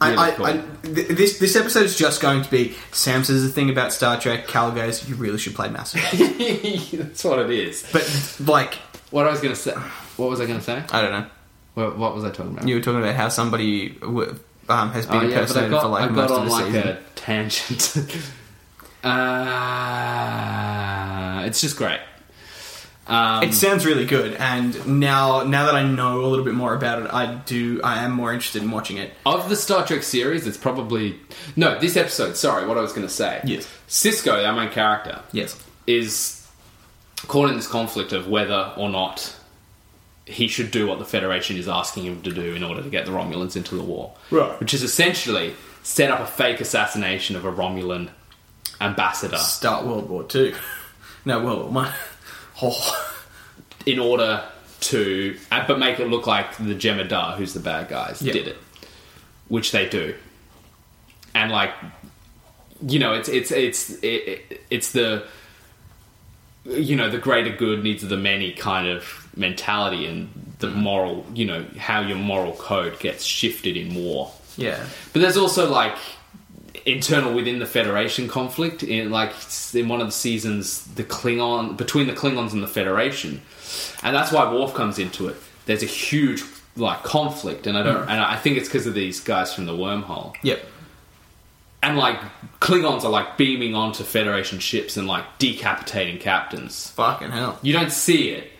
Speaker 1: I,
Speaker 2: Really
Speaker 1: I,
Speaker 2: cool.
Speaker 1: I, th- this this episode is just going to be Sam says a thing about Star Trek. Cal goes, "You really should play Mass Effect."
Speaker 2: that's what it is
Speaker 1: But like,
Speaker 2: what i was gonna say what was i gonna say
Speaker 1: I don't know.
Speaker 2: what, what was i talking about
Speaker 1: You were talking about how somebody w- um, has been
Speaker 2: oh, yeah, but I
Speaker 1: impersonated
Speaker 2: got,
Speaker 1: for like
Speaker 2: I
Speaker 1: most
Speaker 2: got
Speaker 1: of
Speaker 2: on
Speaker 1: the
Speaker 2: like
Speaker 1: season.
Speaker 2: a tangent uh, it's just great um,
Speaker 1: It sounds really good, and now now that I know a little bit more about it, I do I am more interested in watching it.
Speaker 2: Of the Star Trek series, it's probably no. This episode, sorry, what I was going to say.
Speaker 1: Yes.
Speaker 2: Cisco, our main character,
Speaker 1: Yes.
Speaker 2: is caught in this conflict of whether or not he should do what the Federation is asking him to do in order to get the Romulans into the war,
Speaker 1: Right.
Speaker 2: Which is essentially set up a fake assassination of a Romulan ambassador
Speaker 1: Start World War Two. No, World War One. Oh.
Speaker 2: in order to, uh, but make it look like the Jemadar, who's the bad guys,
Speaker 1: Yeah.
Speaker 2: did it, which they do, and like, you know, it's it's it's it, it- it's the, you know, the greater good needs of the many kind of mentality and the moral, you know, how your moral code gets shifted in war.
Speaker 1: Yeah.
Speaker 2: But there's also like internal within the Federation conflict. In like in one of the seasons, the Klingon between the Klingons and the Federation, and that's why Worf comes into it. There's a huge like conflict, and I don't,
Speaker 1: Hmm.
Speaker 2: and I think it's because of these guys from the wormhole.
Speaker 1: Yep.
Speaker 2: And like Klingons are like beaming onto Federation ships and like decapitating captains.
Speaker 1: Fucking hell.
Speaker 2: You don't see it,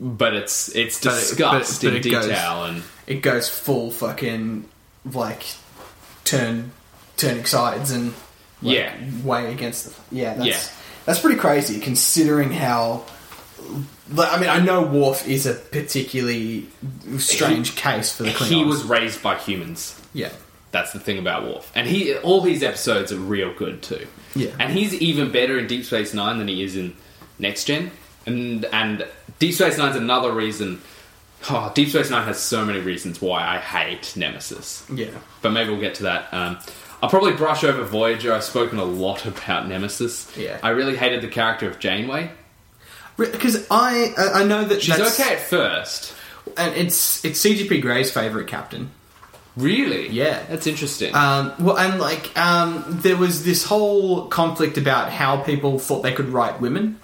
Speaker 2: but it's it's
Speaker 1: But it- but it-
Speaker 2: discussed
Speaker 1: but it
Speaker 2: in
Speaker 1: goes-
Speaker 2: detail and.
Speaker 1: It goes full fucking like turn turning sides and like,
Speaker 2: Yeah.
Speaker 1: way against the yeah that's
Speaker 2: Yeah.
Speaker 1: that's pretty crazy considering how. like, I mean, I know Worf is a particularly strange case for the Klingons.
Speaker 2: He was raised by humans.
Speaker 1: yeah,
Speaker 2: That's the thing about Worf, and he all his episodes are real good too.
Speaker 1: Yeah.
Speaker 2: and he's even better in Deep Space Nine than he is in Next Gen, and and Deep Space Nine's another reason. Oh, Deep Space Nine has so many reasons why I hate Nemesis,
Speaker 1: yeah.
Speaker 2: but maybe we'll get to that. Um, I'll probably brush over Voyager. I've spoken a lot about Nemesis.
Speaker 1: Yeah.
Speaker 2: I really hated the character of Janeway.
Speaker 1: Because I uh, I I know that
Speaker 2: She's
Speaker 1: that's,
Speaker 2: okay at first,
Speaker 1: and it's it's CGP Grey's favorite captain.
Speaker 2: really.
Speaker 1: Yeah.
Speaker 2: that's interesting.
Speaker 1: Um, well, and like um, there was this whole conflict about how people thought they could write women.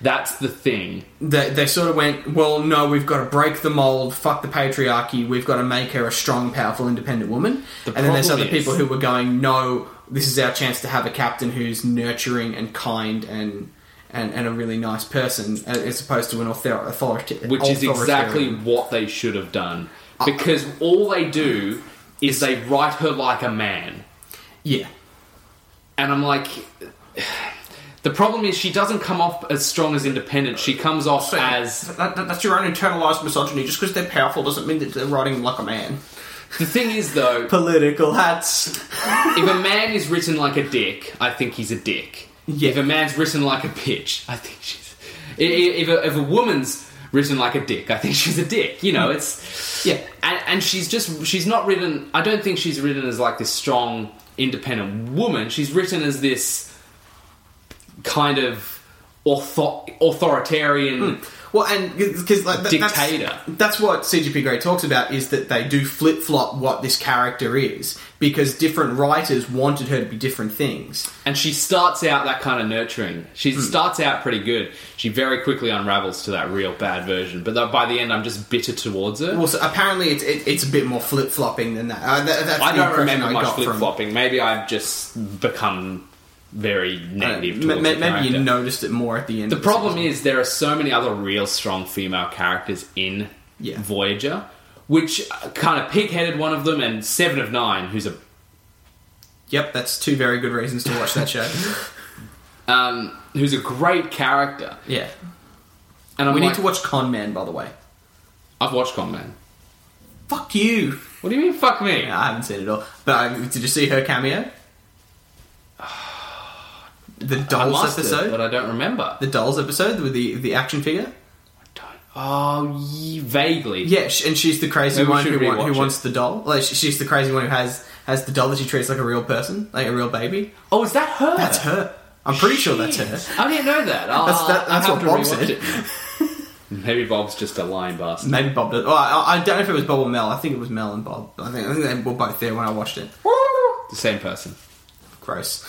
Speaker 2: That's the thing.
Speaker 1: They, they sort of went, well, no, we've got to break the mold, fuck the patriarchy, we've got to make her a strong, powerful, independent woman.
Speaker 2: The
Speaker 1: and then there's
Speaker 2: problem
Speaker 1: other people
Speaker 2: is-
Speaker 1: who were going, no, this is our chance to have a captain who's nurturing and kind and and, and a really nice person, a- as opposed to an author- authority,
Speaker 2: which is exactly
Speaker 1: authoritarian.
Speaker 2: what they should have done because all they do is they write her like a man
Speaker 1: yeah,
Speaker 2: and i'm like the problem is she doesn't come off as strong as independent she comes off as
Speaker 1: That, that- that's your own internalized misogyny. Just because they're powerful doesn't mean that they're writing like a man.
Speaker 2: The thing is, though,
Speaker 1: Political hats.
Speaker 2: if a man is written like a dick, I think he's a dick.
Speaker 1: Yeah.
Speaker 2: If a man's written like a bitch, I think she's. i- i- If a, if a woman's written like a dick, I think she's a dick. You know, it's yeah, and, and she's just she's not written. I don't think she's written as like this strong, independent woman. She's written as this kind of author, authoritarian.
Speaker 1: Well, and because like that- that's-
Speaker 2: Dictator.
Speaker 1: That's, what CGP Grey talks about is that they do flip flop what this character is because different writers wanted her to be different things.
Speaker 2: And she starts out that kind of nurturing.
Speaker 1: Hmm.
Speaker 2: She starts out pretty good. She very quickly unravels to that real bad version. But by the end, I'm just bitter towards her.
Speaker 1: Well, so apparently it's it, it's a bit more flip flopping than that. Uh, that that's
Speaker 2: I
Speaker 1: the
Speaker 2: don't
Speaker 1: impression
Speaker 2: remember
Speaker 1: I
Speaker 2: much
Speaker 1: got from-
Speaker 2: flip flopping. Maybe I've just become very
Speaker 1: Uh,
Speaker 2: negative.
Speaker 1: ma-
Speaker 2: towards
Speaker 1: ma-
Speaker 2: the
Speaker 1: maybe
Speaker 2: character.
Speaker 1: you noticed it more at the end.
Speaker 2: The problem is there are so many other real strong female characters in
Speaker 1: Yeah.
Speaker 2: Voyager, which uh, kind of pig-headed one of them, and Seven of Nine, who's a
Speaker 1: Yep, that's two very good reasons to watch that show.
Speaker 2: um, who's a great character.
Speaker 1: yeah,
Speaker 2: And I'm
Speaker 1: we
Speaker 2: like,
Speaker 1: need to watch Con Man, by the way.
Speaker 2: I've watched Con Man.
Speaker 1: Fuck you.
Speaker 2: What do you mean? Fuck me.
Speaker 1: I haven't seen it all. But um, did you see her cameo? The
Speaker 2: I
Speaker 1: dolls
Speaker 2: must
Speaker 1: episode.
Speaker 2: have, but I don't remember.
Speaker 1: the dolls episode with the the action figure.
Speaker 2: Don't. Oh, ye- vaguely.
Speaker 1: Yeah, sh- and she's the crazy
Speaker 2: Maybe we
Speaker 1: one
Speaker 2: should
Speaker 1: who, want, who
Speaker 2: rewatch
Speaker 1: wants the doll. Like sh- she's the crazy one who has has the doll that she treats like a real person, like a real baby.
Speaker 2: Oh, is that her?
Speaker 1: That's her. I'm pretty sure that's her.
Speaker 2: Shit. I didn't know that. I'll,
Speaker 1: That's- that-
Speaker 2: I'll
Speaker 1: that's what
Speaker 2: have to
Speaker 1: Bob
Speaker 2: rewatch
Speaker 1: said.
Speaker 2: it now. Maybe Bob's just a lying bastard.
Speaker 1: Maybe Bob. Does. Oh, I, I don't know if it was Bob or Mel. I think it was Mel and Bob. I think, I think they were both there when I watched it.
Speaker 2: The same person.
Speaker 1: Gross.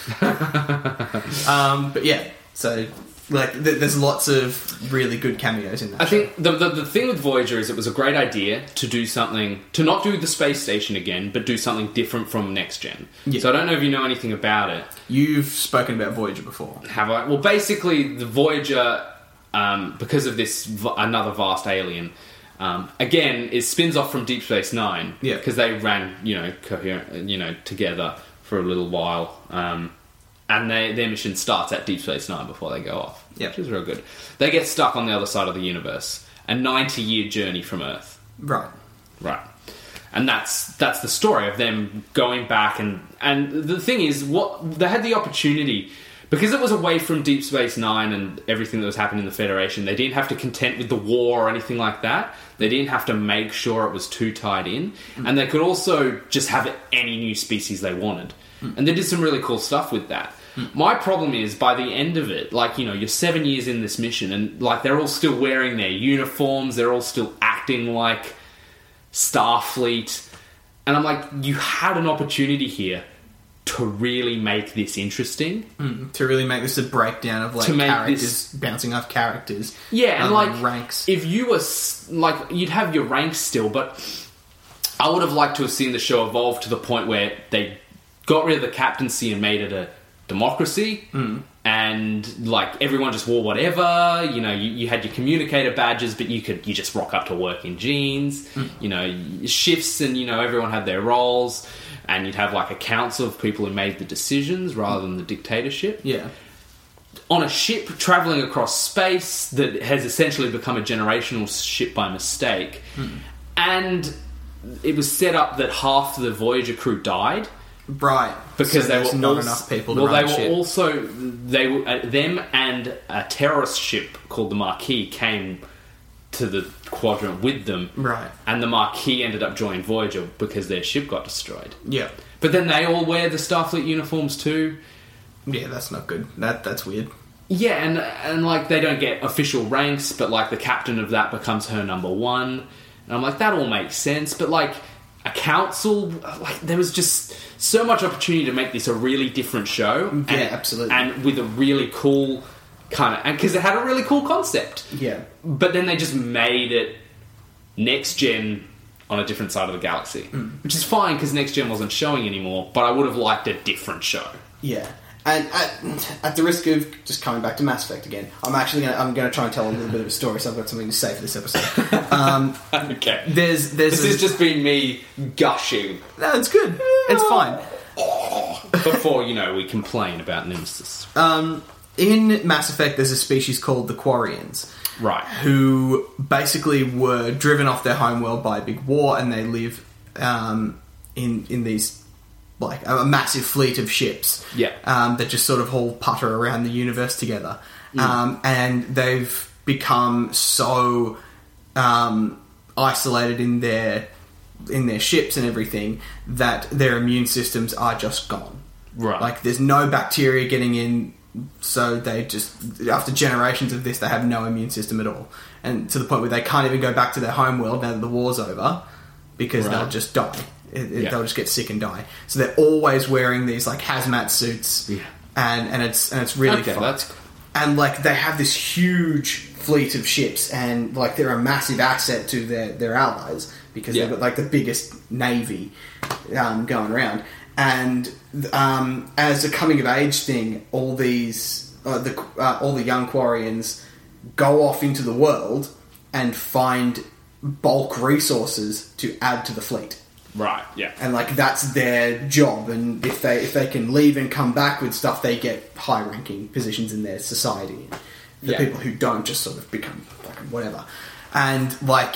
Speaker 1: um, but yeah, so like th- there's lots of really good cameos in that.
Speaker 2: I think the, the the thing with Voyager is it was a great idea to do something to not do the space station again, but do something different from next gen.
Speaker 1: Yeah.
Speaker 2: So I don't know if you know anything about it.
Speaker 1: You've spoken about Voyager before.
Speaker 2: Have I? Well, basically, the Voyager, um, because of this v- another vast alien, um, again, is spins off from Deep Space Nine.
Speaker 1: Yeah.
Speaker 2: because they ran, you know, coherent, you know, together for a little while, um, and they, their mission starts at Deep Space Nine before they go off.
Speaker 1: Yeah.
Speaker 2: which is real good. They get stuck on the other side of the universe, a ninety-year journey from Earth.
Speaker 1: Right.
Speaker 2: Right. And that's that's the story of them going back and and the thing is what they had the opportunity because it was away from Deep Space Nine and everything that was happening in the Federation, they didn't have to content with the war or anything like that. They didn't have to make sure it was too tied in, and they could also just have any new species they wanted. And they did some really cool stuff with that. My problem is by the end of it, like, you know, you're seven years in this mission, and like they're all still wearing their uniforms, they're all still acting like Starfleet. And I'm like, you had an opportunity here to really make this interesting.
Speaker 1: Mm-hmm. to really make this a breakdown of like
Speaker 2: To make
Speaker 1: characters
Speaker 2: this-
Speaker 1: bouncing off characters.
Speaker 2: Yeah, and
Speaker 1: rather
Speaker 2: like
Speaker 1: than Um, ranks.
Speaker 2: if you were s- like you'd have your ranks still, but I would have liked to have seen the show evolve to the point where they got rid of the captaincy and made it a democracy. And like everyone just wore whatever, you know. You, you had your communicator badges, but you could you just rock up to work in jeans, you know, shifts, and you know everyone had their roles, and you'd have like a council of people who made the decisions rather than the dictatorship
Speaker 1: yeah,
Speaker 2: on a ship traveling across space that has essentially become a generational ship by mistake. And it was set up that half the Voyager crew died
Speaker 1: right. So
Speaker 2: because they
Speaker 1: there's
Speaker 2: were
Speaker 1: not
Speaker 2: als-
Speaker 1: enough people to
Speaker 2: well,
Speaker 1: run
Speaker 2: they were
Speaker 1: shit.
Speaker 2: also they were uh, them and a terrorist ship called the Marquis came to the quadrant with them.
Speaker 1: Right.
Speaker 2: And the Marquis ended up joining Voyager because their ship got destroyed.
Speaker 1: yeah,
Speaker 2: But then they all wear the Starfleet uniforms too.
Speaker 1: yeah. That's not good. That that's weird.
Speaker 2: Yeah, and and like they don't get official ranks, but like the captain of that becomes her number one, and I'm like that all makes sense. But like a council, like there was just so much opportunity to make this a really different show. and-
Speaker 1: Yeah, absolutely.
Speaker 2: and with a really cool kind of and because it had a really cool concept.
Speaker 1: Yeah,
Speaker 2: But then they just made it next gen on a different side of the galaxy,
Speaker 1: Mm.
Speaker 2: which is fine because next gen wasn't showing anymore. But I would have liked a different show.
Speaker 1: yeah. And at, at the risk of just coming back to Mass Effect again, I'm actually gonna, I'm going to try and tell a little bit of a story. So I've got something to say for this episode.
Speaker 2: okay.
Speaker 1: There's there's
Speaker 2: This has just been me gushing
Speaker 1: no, it's good. It's fine.
Speaker 2: before, you know, we complain about Nemesis.
Speaker 1: In Mass Effect, there's a species called the Quarians.
Speaker 2: right.
Speaker 1: who basically were driven off their homeworld by a big war and they live um, in in these like a, a massive fleet of ships.
Speaker 2: Yeah.
Speaker 1: um, that just sort of all putter around the universe together,
Speaker 2: Mm.
Speaker 1: um, and they've become so um, isolated in their in their ships and everything that their immune systems are just gone.
Speaker 2: Right.
Speaker 1: Like there's no bacteria getting in, so they just after generations of this, they have no immune system at all, and to the point where they can't even go back to their home world now that the war's over, because
Speaker 2: Right.
Speaker 1: they'll just die. It- it-
Speaker 2: Yeah.
Speaker 1: They'll just get sick and die. So they're always wearing these like hazmat suits,
Speaker 2: Yeah.
Speaker 1: and and it's and it's really
Speaker 2: Okay,
Speaker 1: fun.
Speaker 2: that's cool.
Speaker 1: and like they have this huge fleet of ships, and like they're a massive asset to their their allies because
Speaker 2: Yeah.
Speaker 1: they've got like the biggest navy um, going around. And um, as a coming of age thing, all these uh, the uh, all the young Quarians go off into the world and find bulk resources to add to the fleet
Speaker 2: right. Yeah.
Speaker 1: and like that's their job and if they if they can leave and come back with stuff they get high ranking positions in their society the
Speaker 2: Yeah.
Speaker 1: people who don't just sort of become fucking whatever and like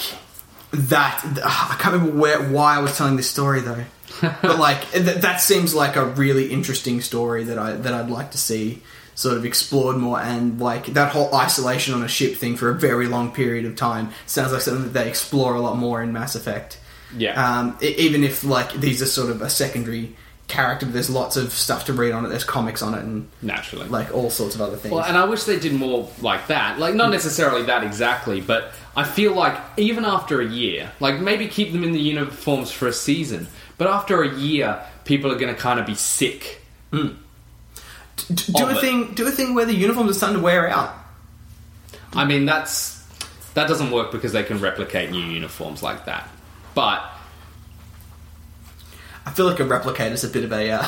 Speaker 1: that th- i can't remember where why i was telling this story though but like th- that seems like a really interesting story that i that i'd like to see sort of explored more and like that whole isolation on a ship thing for a very long period of time sounds like something that they explore a lot more in mass effect
Speaker 2: Yeah.
Speaker 1: um, e- even if like these are sort of a secondary character, but there's lots of stuff to read on it. There's comics on it and
Speaker 2: Naturally.
Speaker 1: like all sorts of other things.
Speaker 2: Well, and I wish they did more like that. Like, not necessarily that exactly, but I feel like even after a year, like maybe keep them in the uniforms for a season, but after a year, people are going to kind of be sick.
Speaker 1: D- do a
Speaker 2: of it.
Speaker 1: thing. Do a thing where the uniforms are starting to wear out.
Speaker 2: I mean, that's that doesn't work because they can replicate new uniforms like that. But
Speaker 1: I feel like a replicator's a bit of a uh,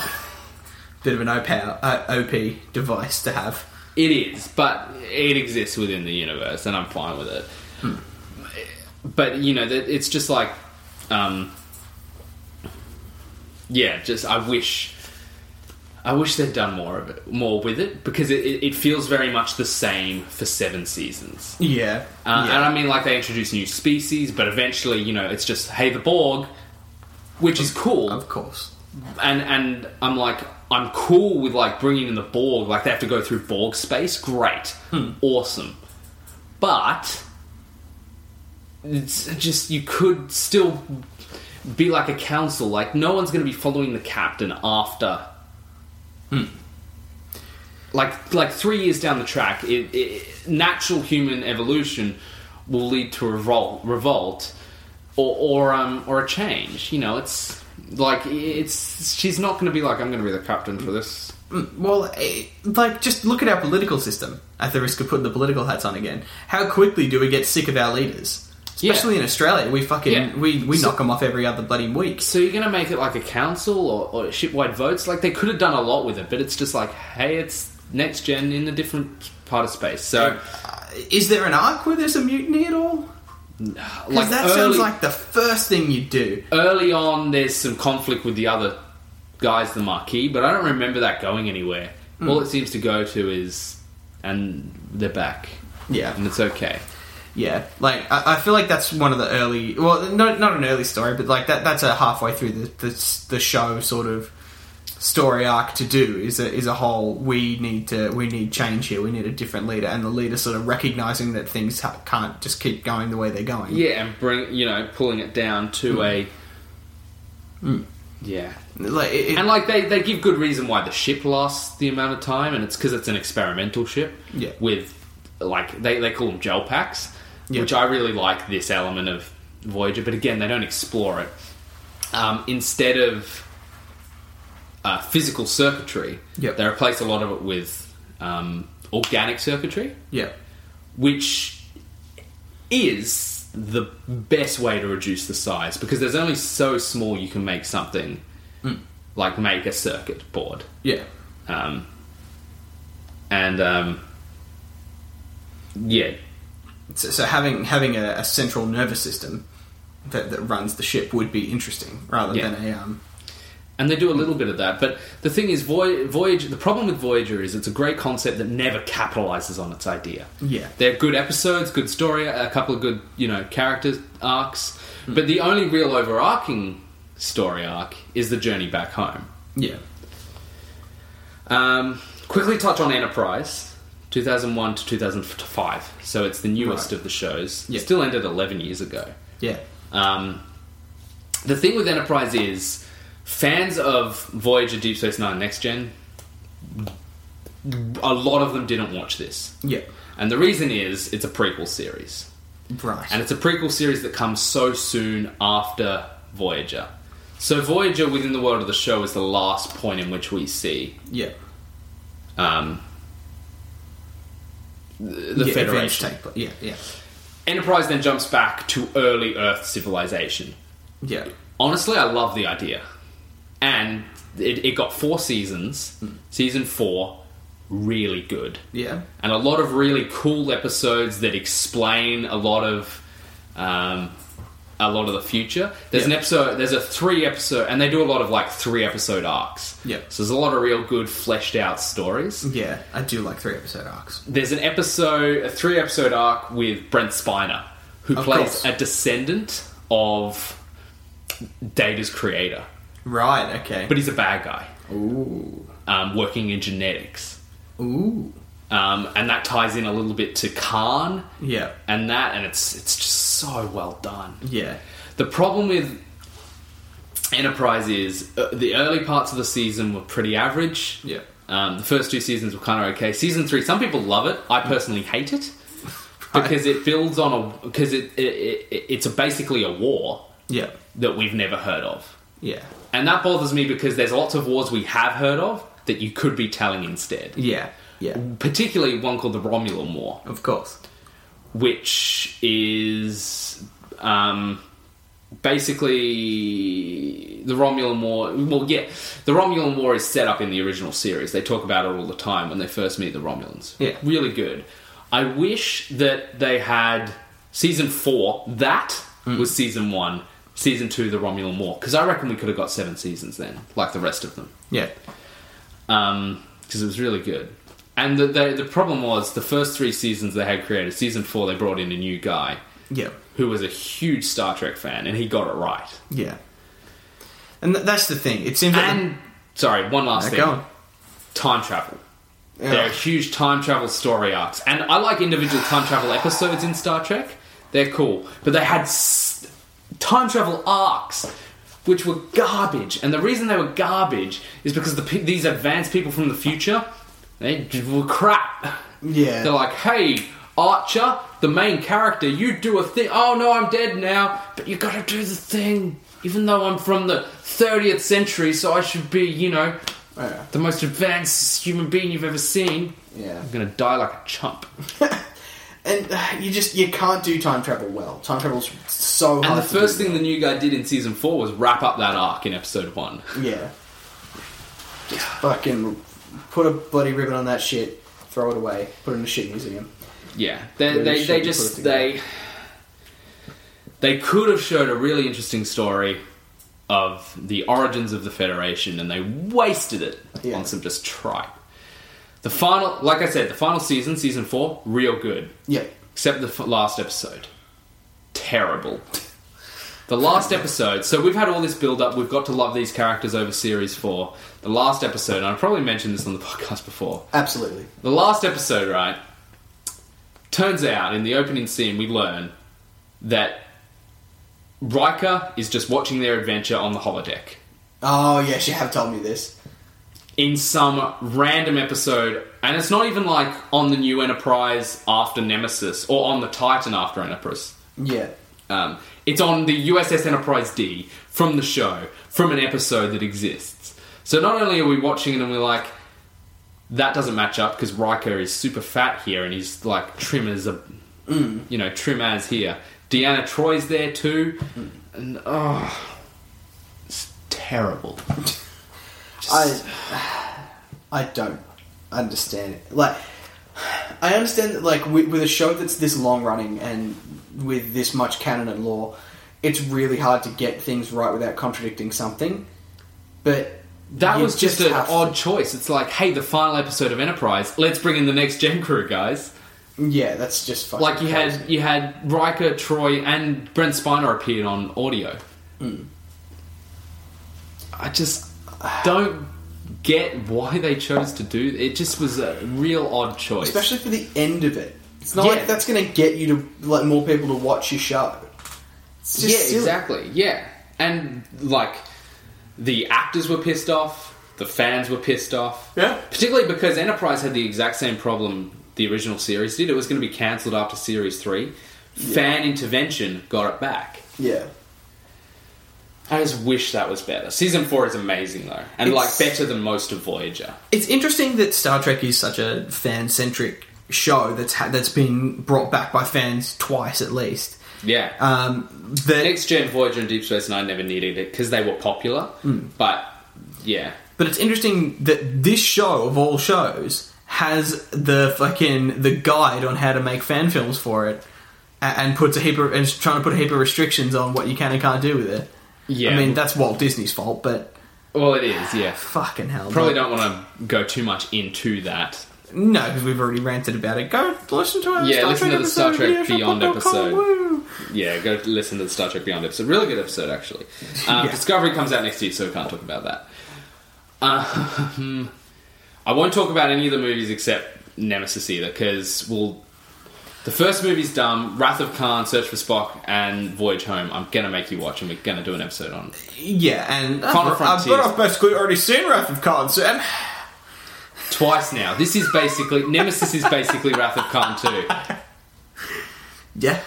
Speaker 1: bit of an OP, uh, OP device to have.
Speaker 2: it is, but it exists within the universe, and I'm fine with it.
Speaker 1: Hmm.
Speaker 2: But you know, that it's just like, um, yeah, just I wish. I wish they'd done more of it, more with it, because it, it it feels very much the same for seven seasons.
Speaker 1: Yeah,
Speaker 2: Uh,
Speaker 1: yeah.
Speaker 2: And I mean, like, they introduce new species, but eventually, you know, it's just, hey, the Borg, which is cool.
Speaker 1: of course.
Speaker 2: and and I'm like I'm cool with like bringing in the Borg. Like they have to go through Borg space. Great, awesome. But it's just you could still be like a council. Like no one's going to be following the captain after. Like like three years down the track, it, it, natural human evolution will lead to revolt, revolt, or or um or a change. You know, it's like it's she's not going to be like I'm going to be the captain for this.
Speaker 1: Mm, Well, eh, like just look at our political system. At the risk of putting the political hats on again, how quickly do we get sick of our leaders?
Speaker 2: Yeah.
Speaker 1: Especially in Australia, we fucking
Speaker 2: Yeah.
Speaker 1: we, we
Speaker 2: So-
Speaker 1: knock them off every other bloody week.
Speaker 2: So you're going to make it like a council or, or shipwide votes? Like they could have done a lot with it, but it's just like, hey, it's next gen in a different part of space. So
Speaker 1: Uh, is there an arc where there's a mutiny at all?
Speaker 2: like
Speaker 1: Because that
Speaker 2: early,
Speaker 1: sounds like the first thing you do.
Speaker 2: early on, there's some conflict with the other guys, the Marquis, but I don't remember that going anywhere.
Speaker 1: Hmm.
Speaker 2: All it seems to go to is, and they're back,
Speaker 1: Yeah,
Speaker 2: and it's okay.
Speaker 1: yeah. Like I, I feel like that's one of the early. Well, not not an early story, but like that. That's a halfway through the the, the show sort of story arc to do is a, is a whole we need to we need change here we need a different leader and the leader sort of recognizing that things ha- can't just keep going the way they're going
Speaker 2: Yeah, and bring you know pulling it down to
Speaker 1: Hmm.
Speaker 2: a. Yeah,
Speaker 1: like it, it-
Speaker 2: and like they, they give good reason why the ship lasts the amount of time, and it's because it's an experimental ship.
Speaker 1: Yeah.
Speaker 2: With like they, they call them gel packs,
Speaker 1: Yeah.
Speaker 2: which I really like this element of Voyager, but again they don't explore it. Um, instead of uh, physical circuitry,
Speaker 1: Yep.
Speaker 2: they replace a lot of it with um, organic circuitry
Speaker 1: yeah
Speaker 2: which is the best way to reduce the size because there's only so small you can make something like make a circuit board
Speaker 1: yeah
Speaker 2: um, and um, yeah
Speaker 1: So, so having having a, a central nervous system that, that runs the ship would be interesting, rather
Speaker 2: Yeah.
Speaker 1: than a um,
Speaker 2: and they do a little bit of that but the thing is Voy- voyager the problem with voyager is it's a great concept that never capitalizes on its idea
Speaker 1: yeah.
Speaker 2: They're good episodes, good story, a couple of good, you know, character arcs. But the only real overarching story arc is the journey back home.
Speaker 1: Yeah.
Speaker 2: Um, quickly touch on Enterprise, 2001 to 2005. So it's the newest
Speaker 1: Right.
Speaker 2: of the shows.
Speaker 1: Yeah.
Speaker 2: Still ended 11 years ago.
Speaker 1: Yeah.
Speaker 2: Um, the thing with Enterprise is fans of Voyager, Deep Space Nine, Next Gen, a lot of them didn't watch this.
Speaker 1: Yeah.
Speaker 2: And the reason is it's a prequel series.
Speaker 1: Right.
Speaker 2: And it's a prequel series that comes so soon after Voyager. So Voyager within the world of the show is the last point in which we see
Speaker 1: yeah.
Speaker 2: um, the, the
Speaker 1: yeah, events
Speaker 2: Federation.
Speaker 1: Take, place. yeah. Yeah.
Speaker 2: Enterprise then jumps back to early Earth civilization.
Speaker 1: Yeah.
Speaker 2: Honestly, I love the idea. And it, it got four seasons. Season four, really good.
Speaker 1: Yeah.
Speaker 2: And a lot of really cool episodes that explain a lot of. Um, a lot of the future. There's an
Speaker 1: Yeah.
Speaker 2: episode. There's a three episode, and they do a lot of like three episode arcs.
Speaker 1: Yeah.
Speaker 2: So there's a lot of real good fleshed out stories.
Speaker 1: Yeah. I do like three episode arcs.
Speaker 2: there's an episode, a three episode arc with Brent Spiner, who
Speaker 1: Of
Speaker 2: plays
Speaker 1: course.
Speaker 2: a descendant of Data's creator,
Speaker 1: Right. Okay.
Speaker 2: but he's a bad guy
Speaker 1: ooh.
Speaker 2: um, working in genetics,
Speaker 1: Ooh.
Speaker 2: um, and that ties in a little bit to Khan
Speaker 1: Yeah.
Speaker 2: and that, and it's it's just so well done.
Speaker 1: Yeah.
Speaker 2: The problem with Enterprise is uh, the early parts of the season were pretty average.
Speaker 1: Yeah.
Speaker 2: Um, the first two seasons were kind of okay. Season three, some people love it. I personally hate it
Speaker 1: Right.
Speaker 2: because it builds on a because it, it, it it's a basically a war
Speaker 1: Yeah.
Speaker 2: that we've never heard of,
Speaker 1: Yeah.
Speaker 2: and that bothers me because there's lots of wars we have heard of that you could be telling instead.
Speaker 1: Yeah. Yeah.
Speaker 2: Particularly one called the Romulan War,
Speaker 1: Of course.
Speaker 2: which is um, basically the Romulan War. Well, yeah, the Romulan War is set up in the original series. They talk about it all the time when they first meet the Romulans.
Speaker 1: Yeah.
Speaker 2: really good. I wish that they had season four. That was season one. Season two, the Romulan War, because I reckon we could have got seven seasons then, like the rest of them
Speaker 1: Yeah.
Speaker 2: because um, it was really good. And the, the the problem was the first three seasons they had created. Season four, they brought in a new guy
Speaker 1: Yeah.
Speaker 2: who was a huge Star Trek fan, and he got it right.
Speaker 1: Yeah. And th- that's the thing. It seems like
Speaker 2: And sorry, one last
Speaker 1: the-
Speaker 2: thing:
Speaker 1: go on.
Speaker 2: time travel.
Speaker 1: Yeah.
Speaker 2: There are huge time travel story arcs, and I like individual time travel episodes in Star Trek. They're cool, but they had s- time travel arcs, which were garbage. And the reason they were garbage is because the, pe- these advanced people from the future they j- were crap.
Speaker 1: Yeah.
Speaker 2: They're like, hey, Archer, the main character, you do a thing. Oh no, I'm dead now, but you gotta do the thing. Even though I'm from the 30th century, so I should be, you know,
Speaker 1: Yeah.
Speaker 2: the most advanced human being you've ever seen.
Speaker 1: Yeah.
Speaker 2: I'm gonna die like a chump.
Speaker 1: And uh, you just you can't do time travel well. Time travel's so hard.
Speaker 2: And the
Speaker 1: to do
Speaker 2: first thing the
Speaker 1: well.
Speaker 2: new guy did in season four was wrap up that arc in episode one.
Speaker 1: yeah, just fucking put a bloody ribbon on that shit, throw it away, put it in a shit museum.
Speaker 2: Yeah, they
Speaker 1: Really
Speaker 2: they,
Speaker 1: should
Speaker 2: they
Speaker 1: be put
Speaker 2: just
Speaker 1: it together.
Speaker 2: they they could have showed a really interesting story of the origins of the Federation, and they wasted it
Speaker 1: Yeah.
Speaker 2: on some just tripe. The final, like I said, the final season, season four, real good,
Speaker 1: Yeah,
Speaker 2: except the f- last episode, terrible. The last episode, so we've had all this build up, we've got to love these characters over series four. The last episode, and I probably mentioned this on the podcast before,
Speaker 1: absolutely.
Speaker 2: the last episode, right? Turns out in the opening scene, we learn that Riker is just watching their adventure on the holodeck
Speaker 1: Oh yes, you have told me this.
Speaker 2: in some random episode, and it's not even like on the new Enterprise after Nemesis or on the Titan after Enterprise.
Speaker 1: Yeah,
Speaker 2: Um, it's on the USS Enterprise D from the show, from an episode that exists. So not only are we watching it and we're like, that doesn't match up because Riker is super fat here and he's like trim as a,
Speaker 1: Mm.
Speaker 2: you know, trim as here. Deanna Troy's there too. And, oh, it's terrible.
Speaker 1: I I don't understand it. Like I understand that like with, with a show that's this long running and with this much canon and lore, it's really hard to get things right without contradicting something. But
Speaker 2: That
Speaker 1: you
Speaker 2: was just, an
Speaker 1: have to-
Speaker 2: odd choice. It's like, hey, the final episode of Enterprise, let's bring in the next gen crew, guys.
Speaker 1: Yeah, that's just fucking
Speaker 2: Like you
Speaker 1: crazy.
Speaker 2: had you
Speaker 3: Hmm.
Speaker 2: had Riker, Troy, and Brent Spiner appeared on audio. I just don't get why they chose to do it. Just was a real odd choice.
Speaker 3: especially for the end of it. It's not
Speaker 2: Yeah.
Speaker 3: like that's going to get you to like more people to watch your show. It's just
Speaker 2: yeah,
Speaker 3: silly.
Speaker 2: exactly. Yeah, and like the actors were pissed off, the fans were pissed off.
Speaker 1: Yeah.
Speaker 2: particularly because Enterprise had the exact same problem the original series did. It was going to be cancelled after series three. Fan intervention got it back.
Speaker 3: Yeah,
Speaker 2: I just wish that was better. Season four is amazing though, and
Speaker 1: It's-
Speaker 2: like better than most of Voyager.
Speaker 1: It's interesting that Star Trek is such a fan centric show that's ha- that's been brought back by fans twice at least.
Speaker 2: Yeah.
Speaker 1: Um, that
Speaker 2: Next Gen Voyager and Deep Space Nine never needed it because they were popular.
Speaker 1: Hmm.
Speaker 2: But yeah,
Speaker 1: But it's interesting that this show of all shows has the fucking the guide on how to make fan films for it, a- and puts a heap of and is trying to put a heap of restrictions on what you can and can't do with it.
Speaker 2: yeah.
Speaker 1: I mean that's Walt Disney's fault, but
Speaker 2: well, it is. Yeah,
Speaker 1: fucking hell,
Speaker 2: probably
Speaker 1: but-
Speaker 2: don't want to go too much into that.
Speaker 1: No, because we've already ranted about it. Go listen to our
Speaker 2: Yeah,
Speaker 1: Star
Speaker 2: listen
Speaker 1: Trek
Speaker 2: to the Star
Speaker 1: episode,
Speaker 2: Trek Beyond
Speaker 1: videoshop.com,
Speaker 2: episode.
Speaker 1: woo.
Speaker 2: Yeah, go listen to the Star Trek Beyond episode. Really good episode, actually. Um,
Speaker 1: Yeah.
Speaker 2: Discovery comes out next year, so we can't talk about that. Um, I won't talk about any of the movies except Nemesis either, because we'll. The first movie's done. Wrath of Khan, Search for Spock, and Voyage Home. I'm gonna make you watch, and we're gonna do an episode on.
Speaker 1: Yeah, and
Speaker 2: Connor
Speaker 1: I've, I've, but
Speaker 2: Frontiers.
Speaker 1: I've basically already seen Wrath of Khan, so
Speaker 3: um,
Speaker 1: I'm-
Speaker 2: twice now. This is basically Nemesis is basically Wrath of Khan too.
Speaker 1: yeah,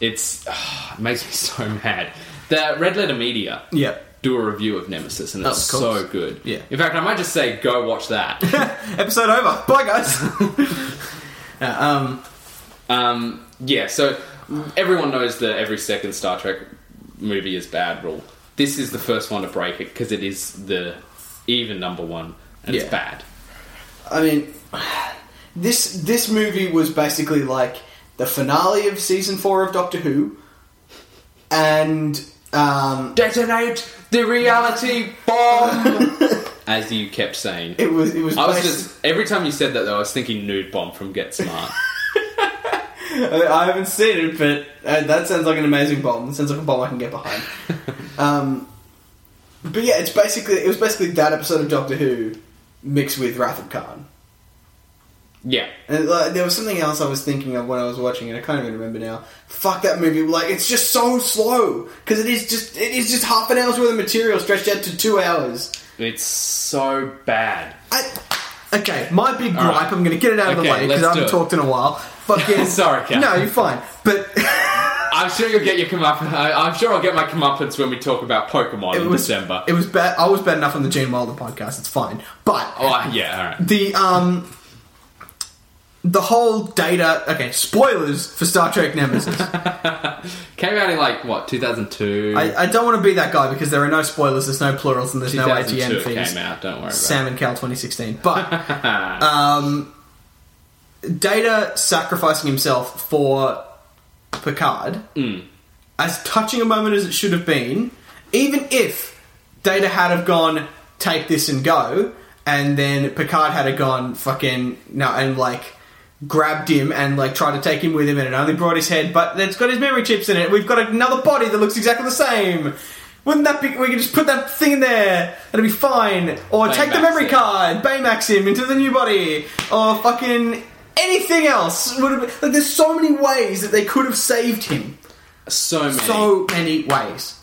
Speaker 2: It's ah, it makes me so mad. The Red Letter Media
Speaker 1: yeah.
Speaker 2: do a review of Nemesis, and it's
Speaker 1: Of course.
Speaker 2: so good.
Speaker 1: Yeah.
Speaker 2: In fact, I might just say go watch that.
Speaker 1: Episode over. Bye, guys. Yeah, um,
Speaker 2: um, yeah. So everyone knows that every second Star Trek movie is bad rule. This is the first one to break it because it is the even number one, and
Speaker 1: Yeah.
Speaker 2: it's bad.
Speaker 3: I mean, this this movie was basically like the finale of season four of Doctor Who, and um,
Speaker 2: Detonate the reality bomb, as you kept saying.
Speaker 3: it was it was.
Speaker 2: I was
Speaker 3: basi-
Speaker 2: just every time you said that though, I was thinking nude bomb from Get Smart.
Speaker 3: I I haven't seen it, but uh, that sounds like an amazing bomb. That sounds like a bomb I can get behind. um, but yeah, it's basically it was basically that episode of Doctor Who mixed with Wrath of Khan.
Speaker 2: yeah,
Speaker 3: And like, there was something else I was thinking of when I was watching it. I can't even remember now. Fuck that movie! Like it's just so slow because it is just it is just half an hour's worth of material stretched out to two hours.
Speaker 2: it's so bad.
Speaker 3: I,
Speaker 1: okay, my big gripe.
Speaker 2: All right.
Speaker 1: I'm going to get it out of the
Speaker 2: Okay,
Speaker 1: way because
Speaker 2: let's
Speaker 1: I
Speaker 2: do
Speaker 1: haven't
Speaker 2: it.
Speaker 1: talked in a while. Fucking
Speaker 2: Sorry, Cal.
Speaker 1: No, you're fine. But
Speaker 2: I'm sure you'll get your comeuppance. I- I'm sure I'll get my comeuppance when we talk about Pokemon
Speaker 1: it
Speaker 2: in
Speaker 1: was
Speaker 2: December.
Speaker 1: It was bad. I was bad enough on the Gene Wilder podcast. It's fine. But
Speaker 2: oh I- yeah, all right.
Speaker 1: the um the whole data. Okay, spoilers for Star Trek Nemesis.
Speaker 2: Came out in like what 2002.
Speaker 1: I, I don't want to be that guy because there are no spoilers. There's no plurals and there's no
Speaker 2: 2002
Speaker 1: ATN
Speaker 2: it
Speaker 1: fees.
Speaker 2: came out. Don't worry about
Speaker 1: Sam and Cal 2016. But um, Data sacrificing himself for Picard, as touching a moment as it should have been, even if Data had have gone, take this and go, and then Picard had have gone, fucking, no, and like. Grabbed him and like tried to take him with him, and it only brought his head. But it's got his memory chips in it. We've got another body that looks exactly the same. Wouldn't that be? We could just put that thing in there. It'll be fine. Or take the
Speaker 2: Baymax
Speaker 1: memory
Speaker 2: it.
Speaker 1: card card, Baymax him into the new body, or fucking anything else. Would have been, like, there's so many ways that they could have saved him.
Speaker 2: it. So many.
Speaker 1: So many ways.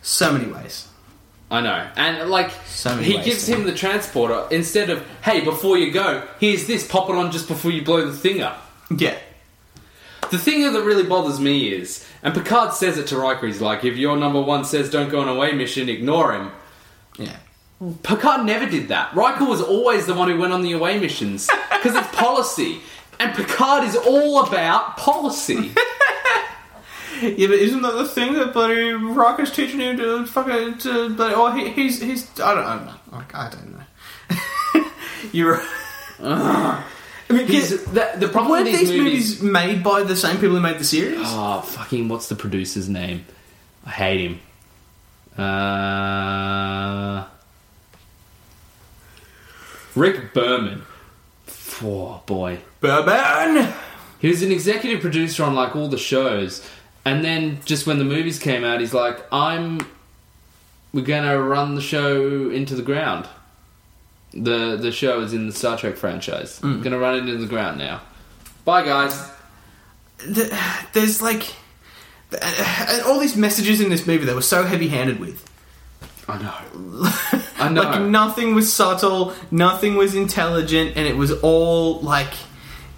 Speaker 1: So many ways.
Speaker 2: I know, and like
Speaker 1: So many
Speaker 2: he
Speaker 1: ways
Speaker 2: gives
Speaker 1: to-
Speaker 2: him the transporter instead of hey before you go here's this pop it on just before you blow the thing up.
Speaker 1: Yeah.
Speaker 2: The thing that really bothers me is, and Picard says it to Riker, he's like, if your number one says don't go on away mission, ignore him.
Speaker 1: Yeah.
Speaker 2: Picard never did that. Riker was always the one who went on the away missions because it's policy. And Picard is all about policy.
Speaker 1: Yeah, but isn't that the thing that bloody Riker's teaching him to fucking to bloody? Or he, he's he's I don't, I don't know. Like, I don't know. You're. I mean, 'cause
Speaker 2: He's- the, the problem
Speaker 1: weren't
Speaker 2: with
Speaker 1: these movies made by the same people who made the series?
Speaker 2: Oh, fucking, what's the producer's name? I hate him. Uh, Rick Berman. Oh, boy.
Speaker 1: Bourbon.
Speaker 2: He was an executive producer on like all the shows, and then just when the movies came out, he's like, "I'm we're gonna run the show into the ground. The the show is in the Star Trek franchise. We're gonna run it into the ground now. Bye guys.
Speaker 1: th- there's like and all these messages in this movie they were so heavy-handed with.
Speaker 2: I know. I know.
Speaker 1: Like nothing was subtle, nothing was intelligent, and it was all like,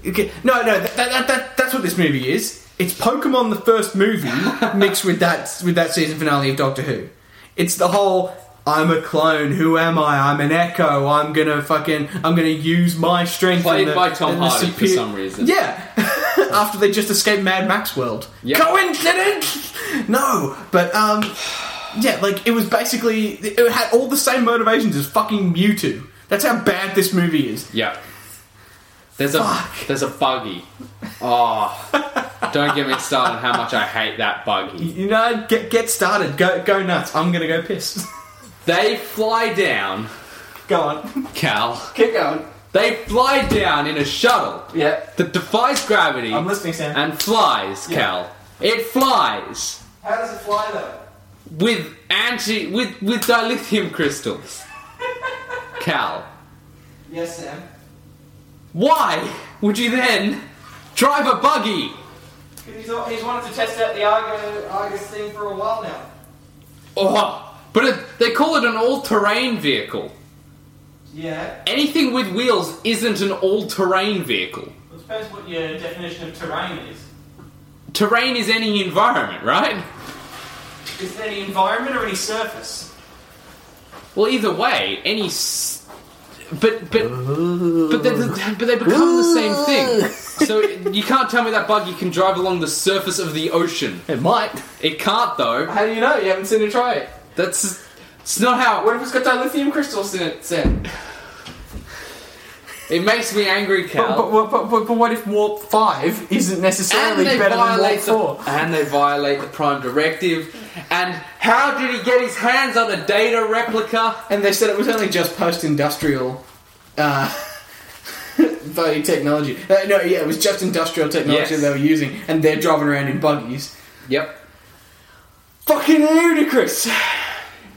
Speaker 1: okay, no, no, that, that, that, that's what this movie is. It's Pokemon the first movie mixed with that with that season finale of Doctor Who. It's the whole I'm a clone. Who am I? I'm an echo. I'm gonna fucking. I'm gonna use my strength.
Speaker 2: Played
Speaker 1: and the-
Speaker 2: by Tom
Speaker 1: and the
Speaker 2: Hardy for
Speaker 1: superi-
Speaker 2: some reason.
Speaker 1: Yeah. After they just escaped Mad Max world.
Speaker 2: Yeah.
Speaker 1: Coincidence? No, but um, yeah, like it was basically it had all the same motivations as fucking Mewtwo. That's how bad this movie is.
Speaker 2: Yeah. There's a
Speaker 1: Fuck.
Speaker 2: there's a buggy. Oh, don't get me started on how much I hate that buggy.
Speaker 1: You know, get get started. Go go nuts. I'm gonna go piss.
Speaker 2: They fly down,
Speaker 1: go on.
Speaker 2: Cal.
Speaker 3: Keep going.
Speaker 2: They fly down in a shuttle
Speaker 3: Yeah.
Speaker 2: that defies gravity
Speaker 1: I'm listening, Sam.
Speaker 2: and flies, Cal. It flies
Speaker 3: How does it fly though?
Speaker 2: with anti with with dilithium crystals. Cal,
Speaker 3: Yes, Sam.
Speaker 2: why would you then drive a buggy?
Speaker 3: He's, he's wanted to test out the Argo Argus thing for a while now.
Speaker 2: Oh, but it, they call it an all-terrain vehicle.
Speaker 3: Yeah.
Speaker 2: Anything with wheels isn't an all-terrain vehicle.
Speaker 3: Well, it depends what your definition of terrain is.
Speaker 2: Terrain is any environment, right?
Speaker 3: Is it any environment or any surface?
Speaker 2: Well, either way, any. S- but but but they, but they become the same thing. So you can't tell me that buggy can drive along the surface of the ocean.
Speaker 1: It might.
Speaker 2: It can't though.
Speaker 3: How do you know? You haven't seen it try it.
Speaker 2: That's it's not how.
Speaker 3: What if it's got dilithium crystals in it, Sam?
Speaker 2: It makes me angry,
Speaker 1: But,
Speaker 2: Cal.
Speaker 1: but, but, but, but what if Warp Five isn't
Speaker 2: and
Speaker 1: necessarily
Speaker 2: they
Speaker 1: better than Warp
Speaker 2: violate the,
Speaker 1: Four?
Speaker 2: and they violate the prime directive. And how did he get his hands on a data replica?
Speaker 1: And they said it was only just post-industrial, uh, bloody technology. Uh, no, yeah, it was just industrial technology
Speaker 2: Yes.
Speaker 1: they were using, and they're driving around in buggies.
Speaker 2: Yep.
Speaker 1: Fucking ludicrous.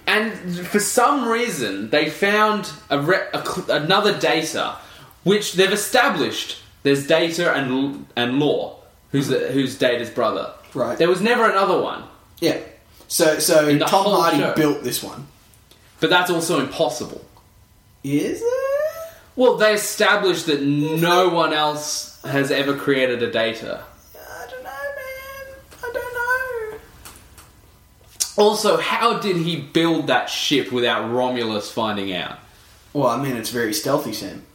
Speaker 2: And for some reason, they found a re- a cl- another data, which they've established there's data and L- and law. Who's the, who's data's brother?
Speaker 1: Right.
Speaker 2: There was never another one,
Speaker 1: Yeah. So, so
Speaker 2: the
Speaker 1: Tom
Speaker 2: whole
Speaker 1: Hardy
Speaker 2: show.
Speaker 1: built this one.
Speaker 2: but that's also impossible.
Speaker 1: Is it?
Speaker 2: Well, they established that no one else has ever created a data.
Speaker 1: I don't know, man. I don't know.
Speaker 2: Also, how did he build that ship without Romulus finding out?
Speaker 1: Well, I mean, it's very stealthy, Sam.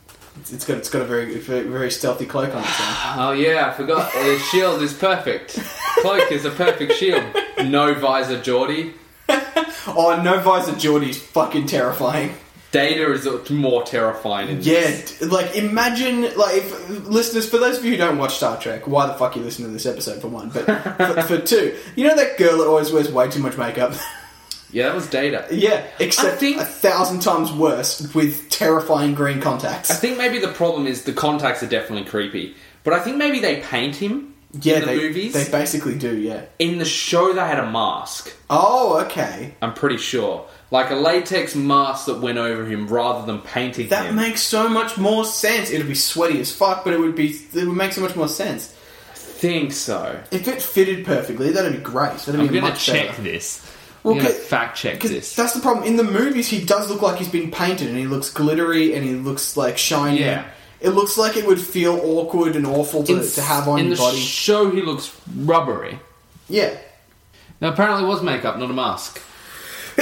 Speaker 1: It's, it's got it's got a very very very stealthy cloak on it, Sam.
Speaker 2: Oh yeah, I forgot. The shield is perfect. Cloak is a perfect shield. No visor, Geordie.
Speaker 1: oh, no visor, Geordie's fucking terrifying.
Speaker 2: Data is more terrifying. In
Speaker 1: Yeah, d- like imagine, like if, listeners, for those of you who don't watch Star Trek, why the fuck you listen to this episode for one? But for, for two, you know that girl that always wears way too much makeup.
Speaker 2: yeah, that was data.
Speaker 1: yeah, except
Speaker 2: think-
Speaker 1: a thousand times worse with terrifying green contacts.
Speaker 2: I think maybe the problem is the contacts are definitely creepy, but I think maybe they paint him
Speaker 1: yeah,
Speaker 2: in the
Speaker 1: they
Speaker 2: movies.
Speaker 1: they basically do. Yeah.
Speaker 2: In the show, they had a mask.
Speaker 1: Oh, okay.
Speaker 2: I'm pretty sure, like a latex mask that went over him rather than painting
Speaker 1: That
Speaker 2: him.
Speaker 1: makes so much more sense. It'd be sweaty as fuck, but it would be it would make so much more sense
Speaker 2: think so.
Speaker 1: if it fitted perfectly. That'd be great. That'd
Speaker 2: I'm
Speaker 1: be
Speaker 2: gonna
Speaker 1: much
Speaker 2: check
Speaker 1: better.
Speaker 2: this.
Speaker 1: Well,
Speaker 2: I'm gonna
Speaker 1: 'cause-
Speaker 2: fact check
Speaker 1: Because
Speaker 2: this.
Speaker 1: that's the problem. In the movies, he does look like he's been painted, and he looks glittery, and he looks like shiny.
Speaker 2: Yeah.
Speaker 1: It looks like it would feel awkward and awful to, to have on
Speaker 2: in
Speaker 1: your
Speaker 2: the
Speaker 1: body.
Speaker 2: show, he looks rubbery.
Speaker 1: yeah.
Speaker 2: Now, apparently, it was makeup, not a mask.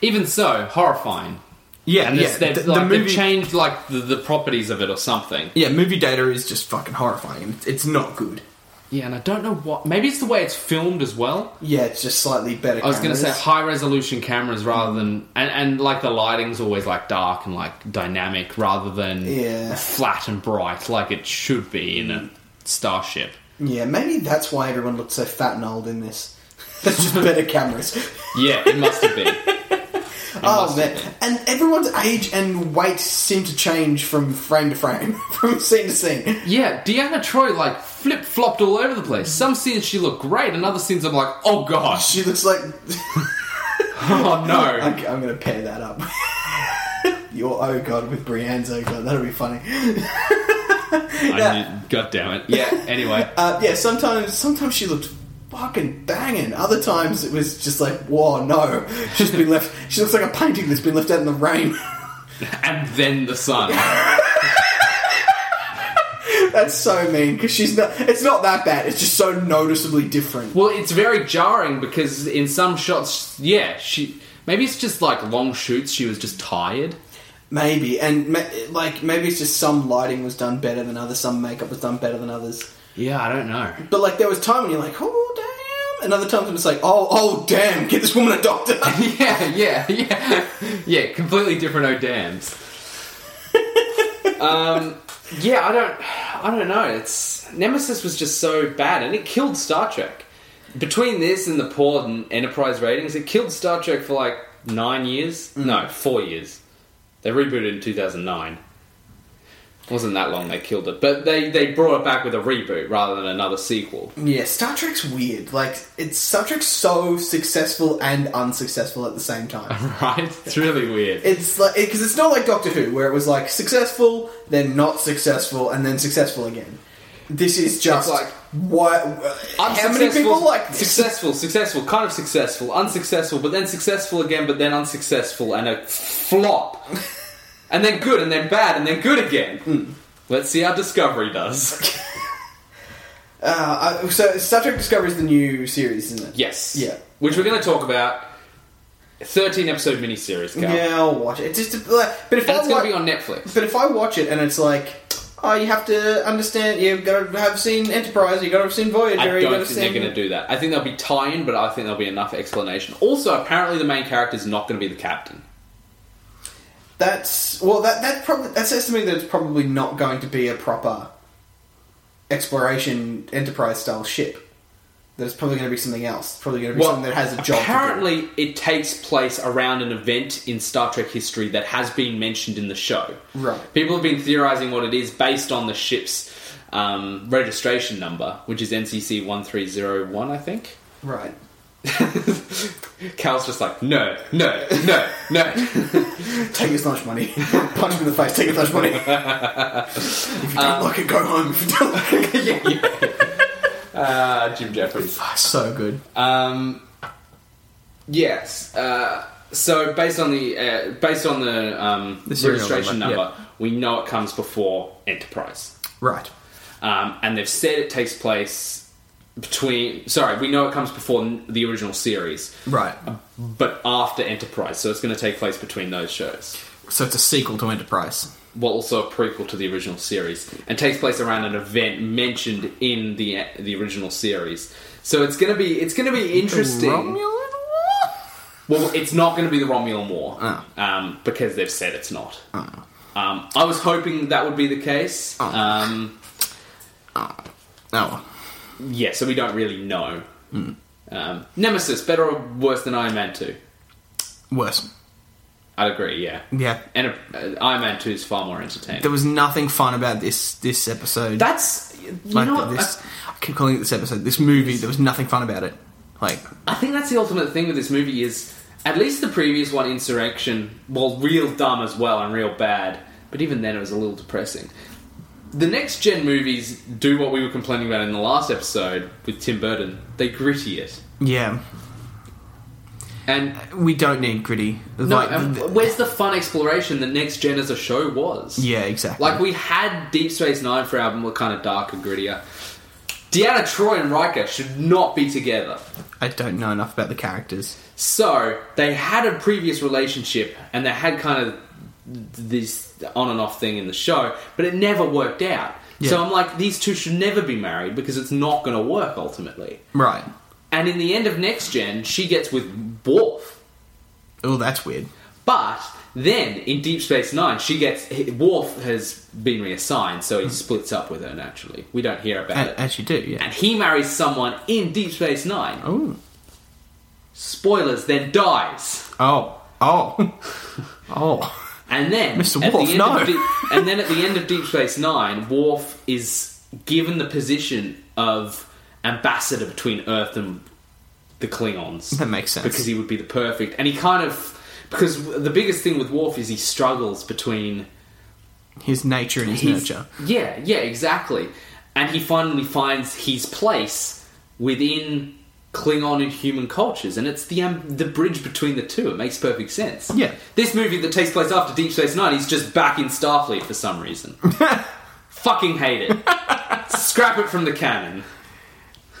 Speaker 2: Even so, horrifying.
Speaker 1: Yeah,
Speaker 2: And this, they've, like, they've changed like the, the properties of it or something.
Speaker 1: yeah, movie data is just fucking horrifying. It's, it's not good.
Speaker 2: Yeah, and I don't know what. Maybe it's the way it's filmed as well.
Speaker 1: Yeah, it's just slightly better.
Speaker 2: I was going to say
Speaker 1: cameras.
Speaker 2: high resolution cameras rather than and, and like the lighting's always like dark and like dynamic rather than
Speaker 1: Yeah.
Speaker 2: flat and bright like it should be in a starship.
Speaker 1: Yeah, maybe that's why everyone looked so fat and old in this. That's just better cameras.
Speaker 2: Yeah, it must have been.
Speaker 1: oh
Speaker 2: must
Speaker 1: man, and everyone's age and weight seem to change from frame to frame, from scene to scene.
Speaker 2: Yeah, Deanna Troy like flip flopped all over the place. Some scenes she looked great, and other scenes I'm like, oh gosh.
Speaker 1: She looks like
Speaker 2: Oh no.
Speaker 1: Okay, I'm going to pair that up. Your oh god with Brienne's oh god. That'll be funny.
Speaker 2: I knew, God damn it. Yeah, anyway.
Speaker 1: Uh, yeah, sometimes sometimes she looked fucking banging. Other times it was just like, whoa, no. She's been left. She looks like a painting that's been left out in the rain.
Speaker 2: And then the sun.
Speaker 1: that's so mean because she's not. It's not that bad. It's just so noticeably different.
Speaker 2: Well, it's very jarring because in some shots, yeah, she. Maybe it's just like long shoots, she was just tired.
Speaker 1: Maybe and ma- like maybe it's just some lighting was done better than others. Some makeup was done better than others.
Speaker 2: Yeah, I don't know.
Speaker 1: But like there was time when you're like, oh damn. And other times when it's like, oh oh damn, get this woman a doctor.
Speaker 2: Yeah, yeah, yeah. Yeah, completely different O'Dams. um, yeah, I don't I don't know. It's Nemesis was just so bad and it killed Star Trek. Between this and the poor n- Enterprise ratings, it killed Star Trek for like 9 years. No, 4 years. They rebooted in 2009. Wasn't that long they killed it, but they they brought it back with a reboot rather than another sequel.
Speaker 1: Yeah, Star Trek's weird. Like it's Star Trek's so successful and unsuccessful at the same time.
Speaker 2: Right? It's really weird.
Speaker 1: It's like because it's not like Doctor Who, where it was like successful, then not successful, and then successful again. This is just
Speaker 2: like,
Speaker 1: like why? How many
Speaker 2: Unsuccessful,
Speaker 1: people like this?
Speaker 2: successful, successful, kind of successful, unsuccessful, but then successful again, but then unsuccessful, and a flop, and then good, and then bad, and then good again.
Speaker 1: Hmm.
Speaker 2: Let's see how Discovery does.
Speaker 1: Uh, I- so Star Trek Discovery is the new series, isn't it?
Speaker 2: Yes,
Speaker 1: Yeah.
Speaker 2: which we're going to talk about. Thirteen episode miniseries, Cal.
Speaker 1: Yeah, I'll watch it. It's just like, but if
Speaker 2: and
Speaker 1: I
Speaker 2: it's going
Speaker 1: wa-
Speaker 2: to be on Netflix.
Speaker 1: But if I watch it and it's like, oh, you have to understand, you've got to have seen Enterprise, you've got to have seen Voyager,
Speaker 2: I
Speaker 1: you've got to
Speaker 2: don't
Speaker 1: have
Speaker 2: think they're
Speaker 1: seen.
Speaker 2: going to do that. I think there'll be tie-in, but I think there'll be enough explanation. Also, apparently, the main character is not going to be the captain.
Speaker 1: That's well, that that probably that says to me that it's probably not going to be a proper exploration Enterprise style ship. That it's probably going to be something else. It's probably going to be something that has a job. to do.
Speaker 2: Apparently, it takes place around an event in Star Trek history that has been mentioned in the show.
Speaker 1: Right.
Speaker 2: People have been theorizing what it is based on the ship's um, registration number, which is NCC one three zero one, I think.
Speaker 1: right?
Speaker 2: Cal's just like, no, no, no, no.
Speaker 1: Take as much money. Punch him in the face. Take as much money. if you don't
Speaker 2: Um,
Speaker 1: like it, go home. If you don't like it, go
Speaker 2: Yeah, yeah. Uh, Jim Jeffries.
Speaker 1: So good.
Speaker 2: Um, yes. Uh, so based on the uh, based on the, um,
Speaker 4: The serial
Speaker 2: registration
Speaker 4: number,
Speaker 2: number, we know it comes before Enterprise.
Speaker 4: Right.
Speaker 2: um, and they've said it takes place between. Sorry, we know it comes before n- the original series,
Speaker 4: Right.
Speaker 2: but after Enterprise, so it's going to take place between those shows.
Speaker 4: So it's a sequel to Enterprise.
Speaker 2: Well, also a prequel to the original series, and takes place around an event mentioned in the the original series. So it's going to be it's going to be interesting.
Speaker 4: Romulan?
Speaker 2: Well, it's not going to be the Romulan War
Speaker 4: Oh.
Speaker 2: um, because they've said it's not. Um, I was hoping that would be the case. Um,
Speaker 4: Oh.
Speaker 2: Yeah, so we don't really know. Um, Nemesis, better or worse than Iron Man 2?
Speaker 4: Worse.
Speaker 2: I'd agree, yeah.
Speaker 4: Yeah.
Speaker 2: And uh, Iron Man 2 is far more entertaining.
Speaker 4: There was nothing fun about this this episode.
Speaker 2: That's. You
Speaker 4: like
Speaker 2: know, what,
Speaker 4: this. I, keep calling it this episode. This movie. There was nothing fun about it. Like
Speaker 2: I, I think that's the ultimate thing with this movie is at least the previous one, Insurrection, well, real dumb as well and real bad, but even then it was a little depressing. The next gen movies do what we were complaining about in the last episode with Tim Burton. They gritty it.
Speaker 4: yeah,
Speaker 2: And
Speaker 4: we don't need gritty.
Speaker 2: no,
Speaker 4: like,
Speaker 2: and
Speaker 4: th-
Speaker 2: where's the fun exploration the next gen as a show was?
Speaker 4: yeah, exactly.
Speaker 2: Like we had Deep Space Nine for album were kind of dark and grittier. Deanna Troy and Riker should not be together.
Speaker 4: I don't know enough about the characters.
Speaker 2: So they had a previous relationship and they had kind of this on and off thing in the show, but it never worked out. So
Speaker 4: Yeah.
Speaker 2: I'm like, these two should never be married because it's not going to work ultimately.
Speaker 4: Right.
Speaker 2: And in the end of Next Gen, she gets with Worf.
Speaker 4: Oh, that's weird.
Speaker 2: But then in Deep Space Nine, she gets he- Worf has been reassigned, so he splits up with her naturally. We don't hear about
Speaker 4: A-
Speaker 2: it.
Speaker 4: as you do, yeah.
Speaker 2: and he marries someone in Deep Space Nine.
Speaker 4: Oh.
Speaker 2: Spoilers, then dies.
Speaker 4: Oh. Oh. oh.
Speaker 2: And then
Speaker 4: Mr.
Speaker 2: at the
Speaker 4: Worf,
Speaker 2: end
Speaker 4: no.
Speaker 2: of Deep- and then at the end of Deep Space Nine, Worf is given the position of ambassador between Earth and the Klingons.
Speaker 1: That makes sense.
Speaker 2: Because he would be the perfect. And he kind of. Because the biggest thing with Worf is he struggles between.
Speaker 1: his nature and his
Speaker 2: his-
Speaker 1: nurture.
Speaker 2: Yeah, yeah, exactly. And he finally finds his place within Klingon and human cultures, and it's the um, the bridge between the two. It makes perfect sense.
Speaker 1: Yeah.
Speaker 2: this movie that takes place after Deep Space Nine, he's just back in Starfleet for some reason. Fucking hate it. Scrap it from the canon.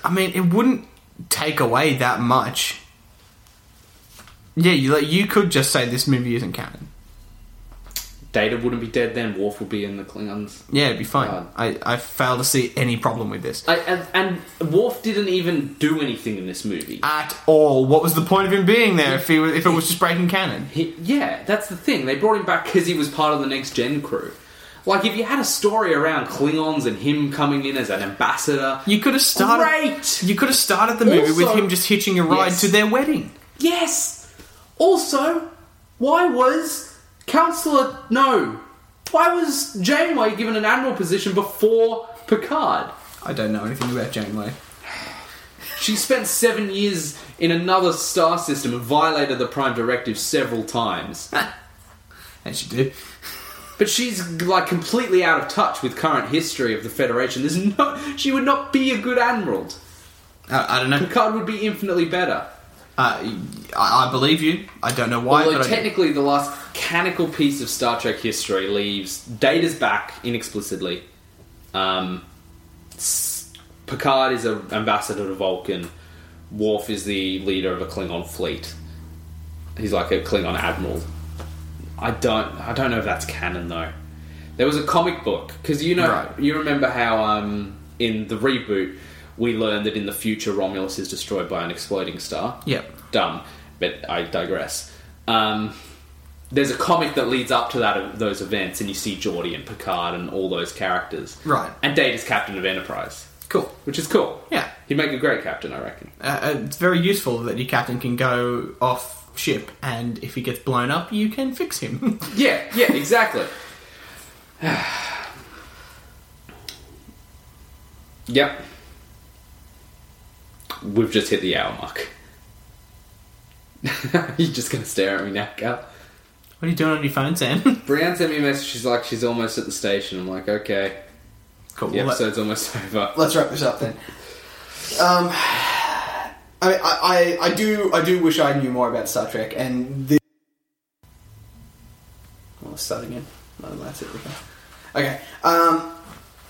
Speaker 1: I mean, it wouldn't take away that much. Yeah, you like, you could just say this movie isn't canon.
Speaker 2: Data wouldn't be dead then. Worf would be in the Klingons.
Speaker 1: Yeah, it'd be fine.
Speaker 2: God.
Speaker 1: I, I fail to see any problem with this.
Speaker 2: I, and, and Worf didn't even do anything in this movie.
Speaker 1: At all. What was the point of him being there if he was, if it was just breaking canon?
Speaker 2: He, yeah, that's the thing. They brought him back because he was part of the next gen crew. Like, if you had a story around Klingons and him coming in as an ambassador,
Speaker 1: You could have started
Speaker 2: Great!
Speaker 1: You could have started the movie with
Speaker 2: Also-
Speaker 1: him just hitching a ride
Speaker 2: Yes.
Speaker 1: to their wedding.
Speaker 2: yes. Also, why was Counselor no? Why was Janeway given an admiral position before Picard?
Speaker 1: I don't know anything about Janeway.
Speaker 2: She spent seven years in another star system and violated the Prime Directive several times.
Speaker 1: And she did.
Speaker 2: But she's like completely out of touch with current history of the Federation. There's no, she would not be a good admiral.
Speaker 1: Uh, I don't know.
Speaker 2: Picard would be infinitely better.
Speaker 1: Uh, I, I believe you. I don't know why.
Speaker 2: Although
Speaker 1: but I do.
Speaker 2: technically, the last canonical piece of Star Trek history leaves Data's back inexplicitly. Um, s- Picard is an ambassador to Vulcan. Worf is the leader of a Klingon fleet. He's like a Klingon admiral. I don't. I don't know if that's canon though. There was a comic book because you know
Speaker 1: Right.
Speaker 2: you remember how um, in the reboot we learned that in the future Romulus is destroyed by an exploding star
Speaker 1: Yep.
Speaker 2: dumb, but I digress. Um, there's a comic that leads up to that those events, and you see Geordie and Picard and all those characters.
Speaker 1: Right.
Speaker 2: And Data's captain of Enterprise,
Speaker 1: Cool.
Speaker 2: which is cool.
Speaker 1: Yeah.
Speaker 2: He'd make a great captain, I reckon.
Speaker 1: uh, it's very useful that your captain can go off ship, and if he gets blown up, you can fix him.
Speaker 2: Yeah, yeah, exactly. yep. We've just hit the hour mark. You're just going to stare at me now, Cal?
Speaker 1: what are you doing on your phone, Sam?
Speaker 2: Brienne sent me a message. She's like, she's almost at the station. I'm like, okay,
Speaker 1: cool.
Speaker 2: the
Speaker 1: Well, that-
Speaker 2: episode's almost over.
Speaker 3: let's wrap this up then. Um, I, I, I, I do, I do wish I knew more about Star Trek and the. Well, let's start again. No, that's it. Okay. Okay. Um,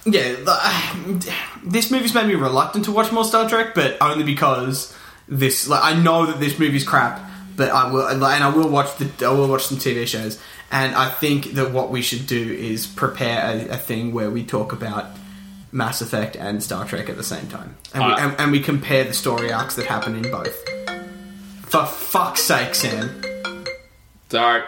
Speaker 1: yeah, the- this movie's made me reluctant to watch more Star Trek, but only because this. Like, I know that this movie's crap, but I will, and I will watch the. I will watch some TV shows, and I think that what we should do is prepare a, a thing where we talk about Mass Effect and Star Trek at the same time, and, we,
Speaker 2: I-
Speaker 1: and, and we compare the story arcs that happen in both. For fuck's sake, Sam!
Speaker 2: Sorry.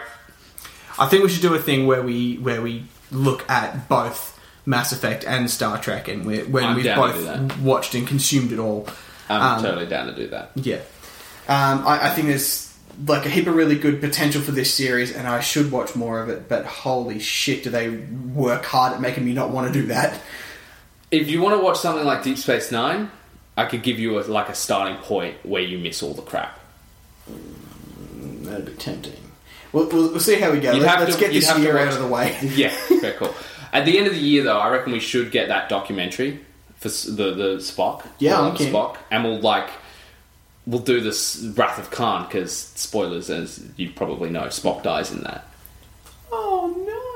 Speaker 1: I think we should do a thing where we where we look at both Mass Effect and Star Trek, and we when
Speaker 2: I'm
Speaker 1: we've
Speaker 2: down to do
Speaker 1: both
Speaker 2: that.
Speaker 1: watched and consumed it all.
Speaker 2: I'm
Speaker 1: Um,
Speaker 2: totally down to do that.
Speaker 1: Yeah,
Speaker 3: um, I, I think there's like a heap of really good potential for this series, and I should watch more of it. But holy shit, do they work hard at making me not want to do that?
Speaker 2: If you want to watch something like Deep Space Nine, I could give you a, like a starting point where you miss all the crap.
Speaker 3: That'd be tempting. We'll, we'll, we'll see how we go.
Speaker 2: You'd
Speaker 3: Let,
Speaker 2: have
Speaker 3: let's
Speaker 2: to-
Speaker 3: get
Speaker 2: you'd
Speaker 3: this
Speaker 2: have to
Speaker 3: year
Speaker 2: watch-
Speaker 3: out of the way.
Speaker 2: Yeah, very cool. At the end of the year, though, I reckon we should get that documentary for s- the the Spock.
Speaker 3: Yeah,
Speaker 2: Call
Speaker 3: I'm
Speaker 2: it
Speaker 3: keen.
Speaker 2: Spock, and we'll like we'll do this Wrath of Khan because spoilers, as you probably know, Spock dies in that.
Speaker 3: Oh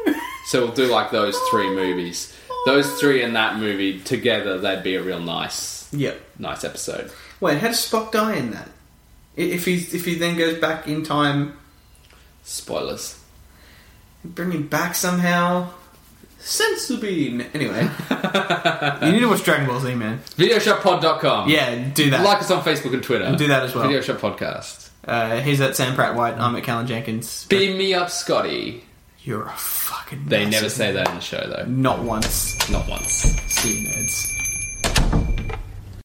Speaker 3: no.
Speaker 2: So we'll do like those three movies. Those three and that movie together, that'd be a real nice,
Speaker 1: yeah.
Speaker 2: nice episode.
Speaker 1: Wait, how does Spock die in that? I- If he's if he then goes back in time,
Speaker 2: Spoilers.
Speaker 1: bring him back somehow. Sensible bean. Anyway, you need to watch Dragon Ball Z, man.
Speaker 2: VideoshopPod.com.
Speaker 1: Yeah, do that.
Speaker 2: Like us on Facebook and Twitter.
Speaker 1: do that as well.
Speaker 2: Video Shop Podcast.
Speaker 1: uh, he's at Sam Pratt White. I'm at Callan Jenkins.
Speaker 2: Beam me up, Scotty.
Speaker 1: You're a fucking.
Speaker 2: They
Speaker 1: massive
Speaker 2: never say
Speaker 1: nerd.
Speaker 2: that in the show, though.
Speaker 1: Not once.
Speaker 2: Not once.
Speaker 1: See you, nerds.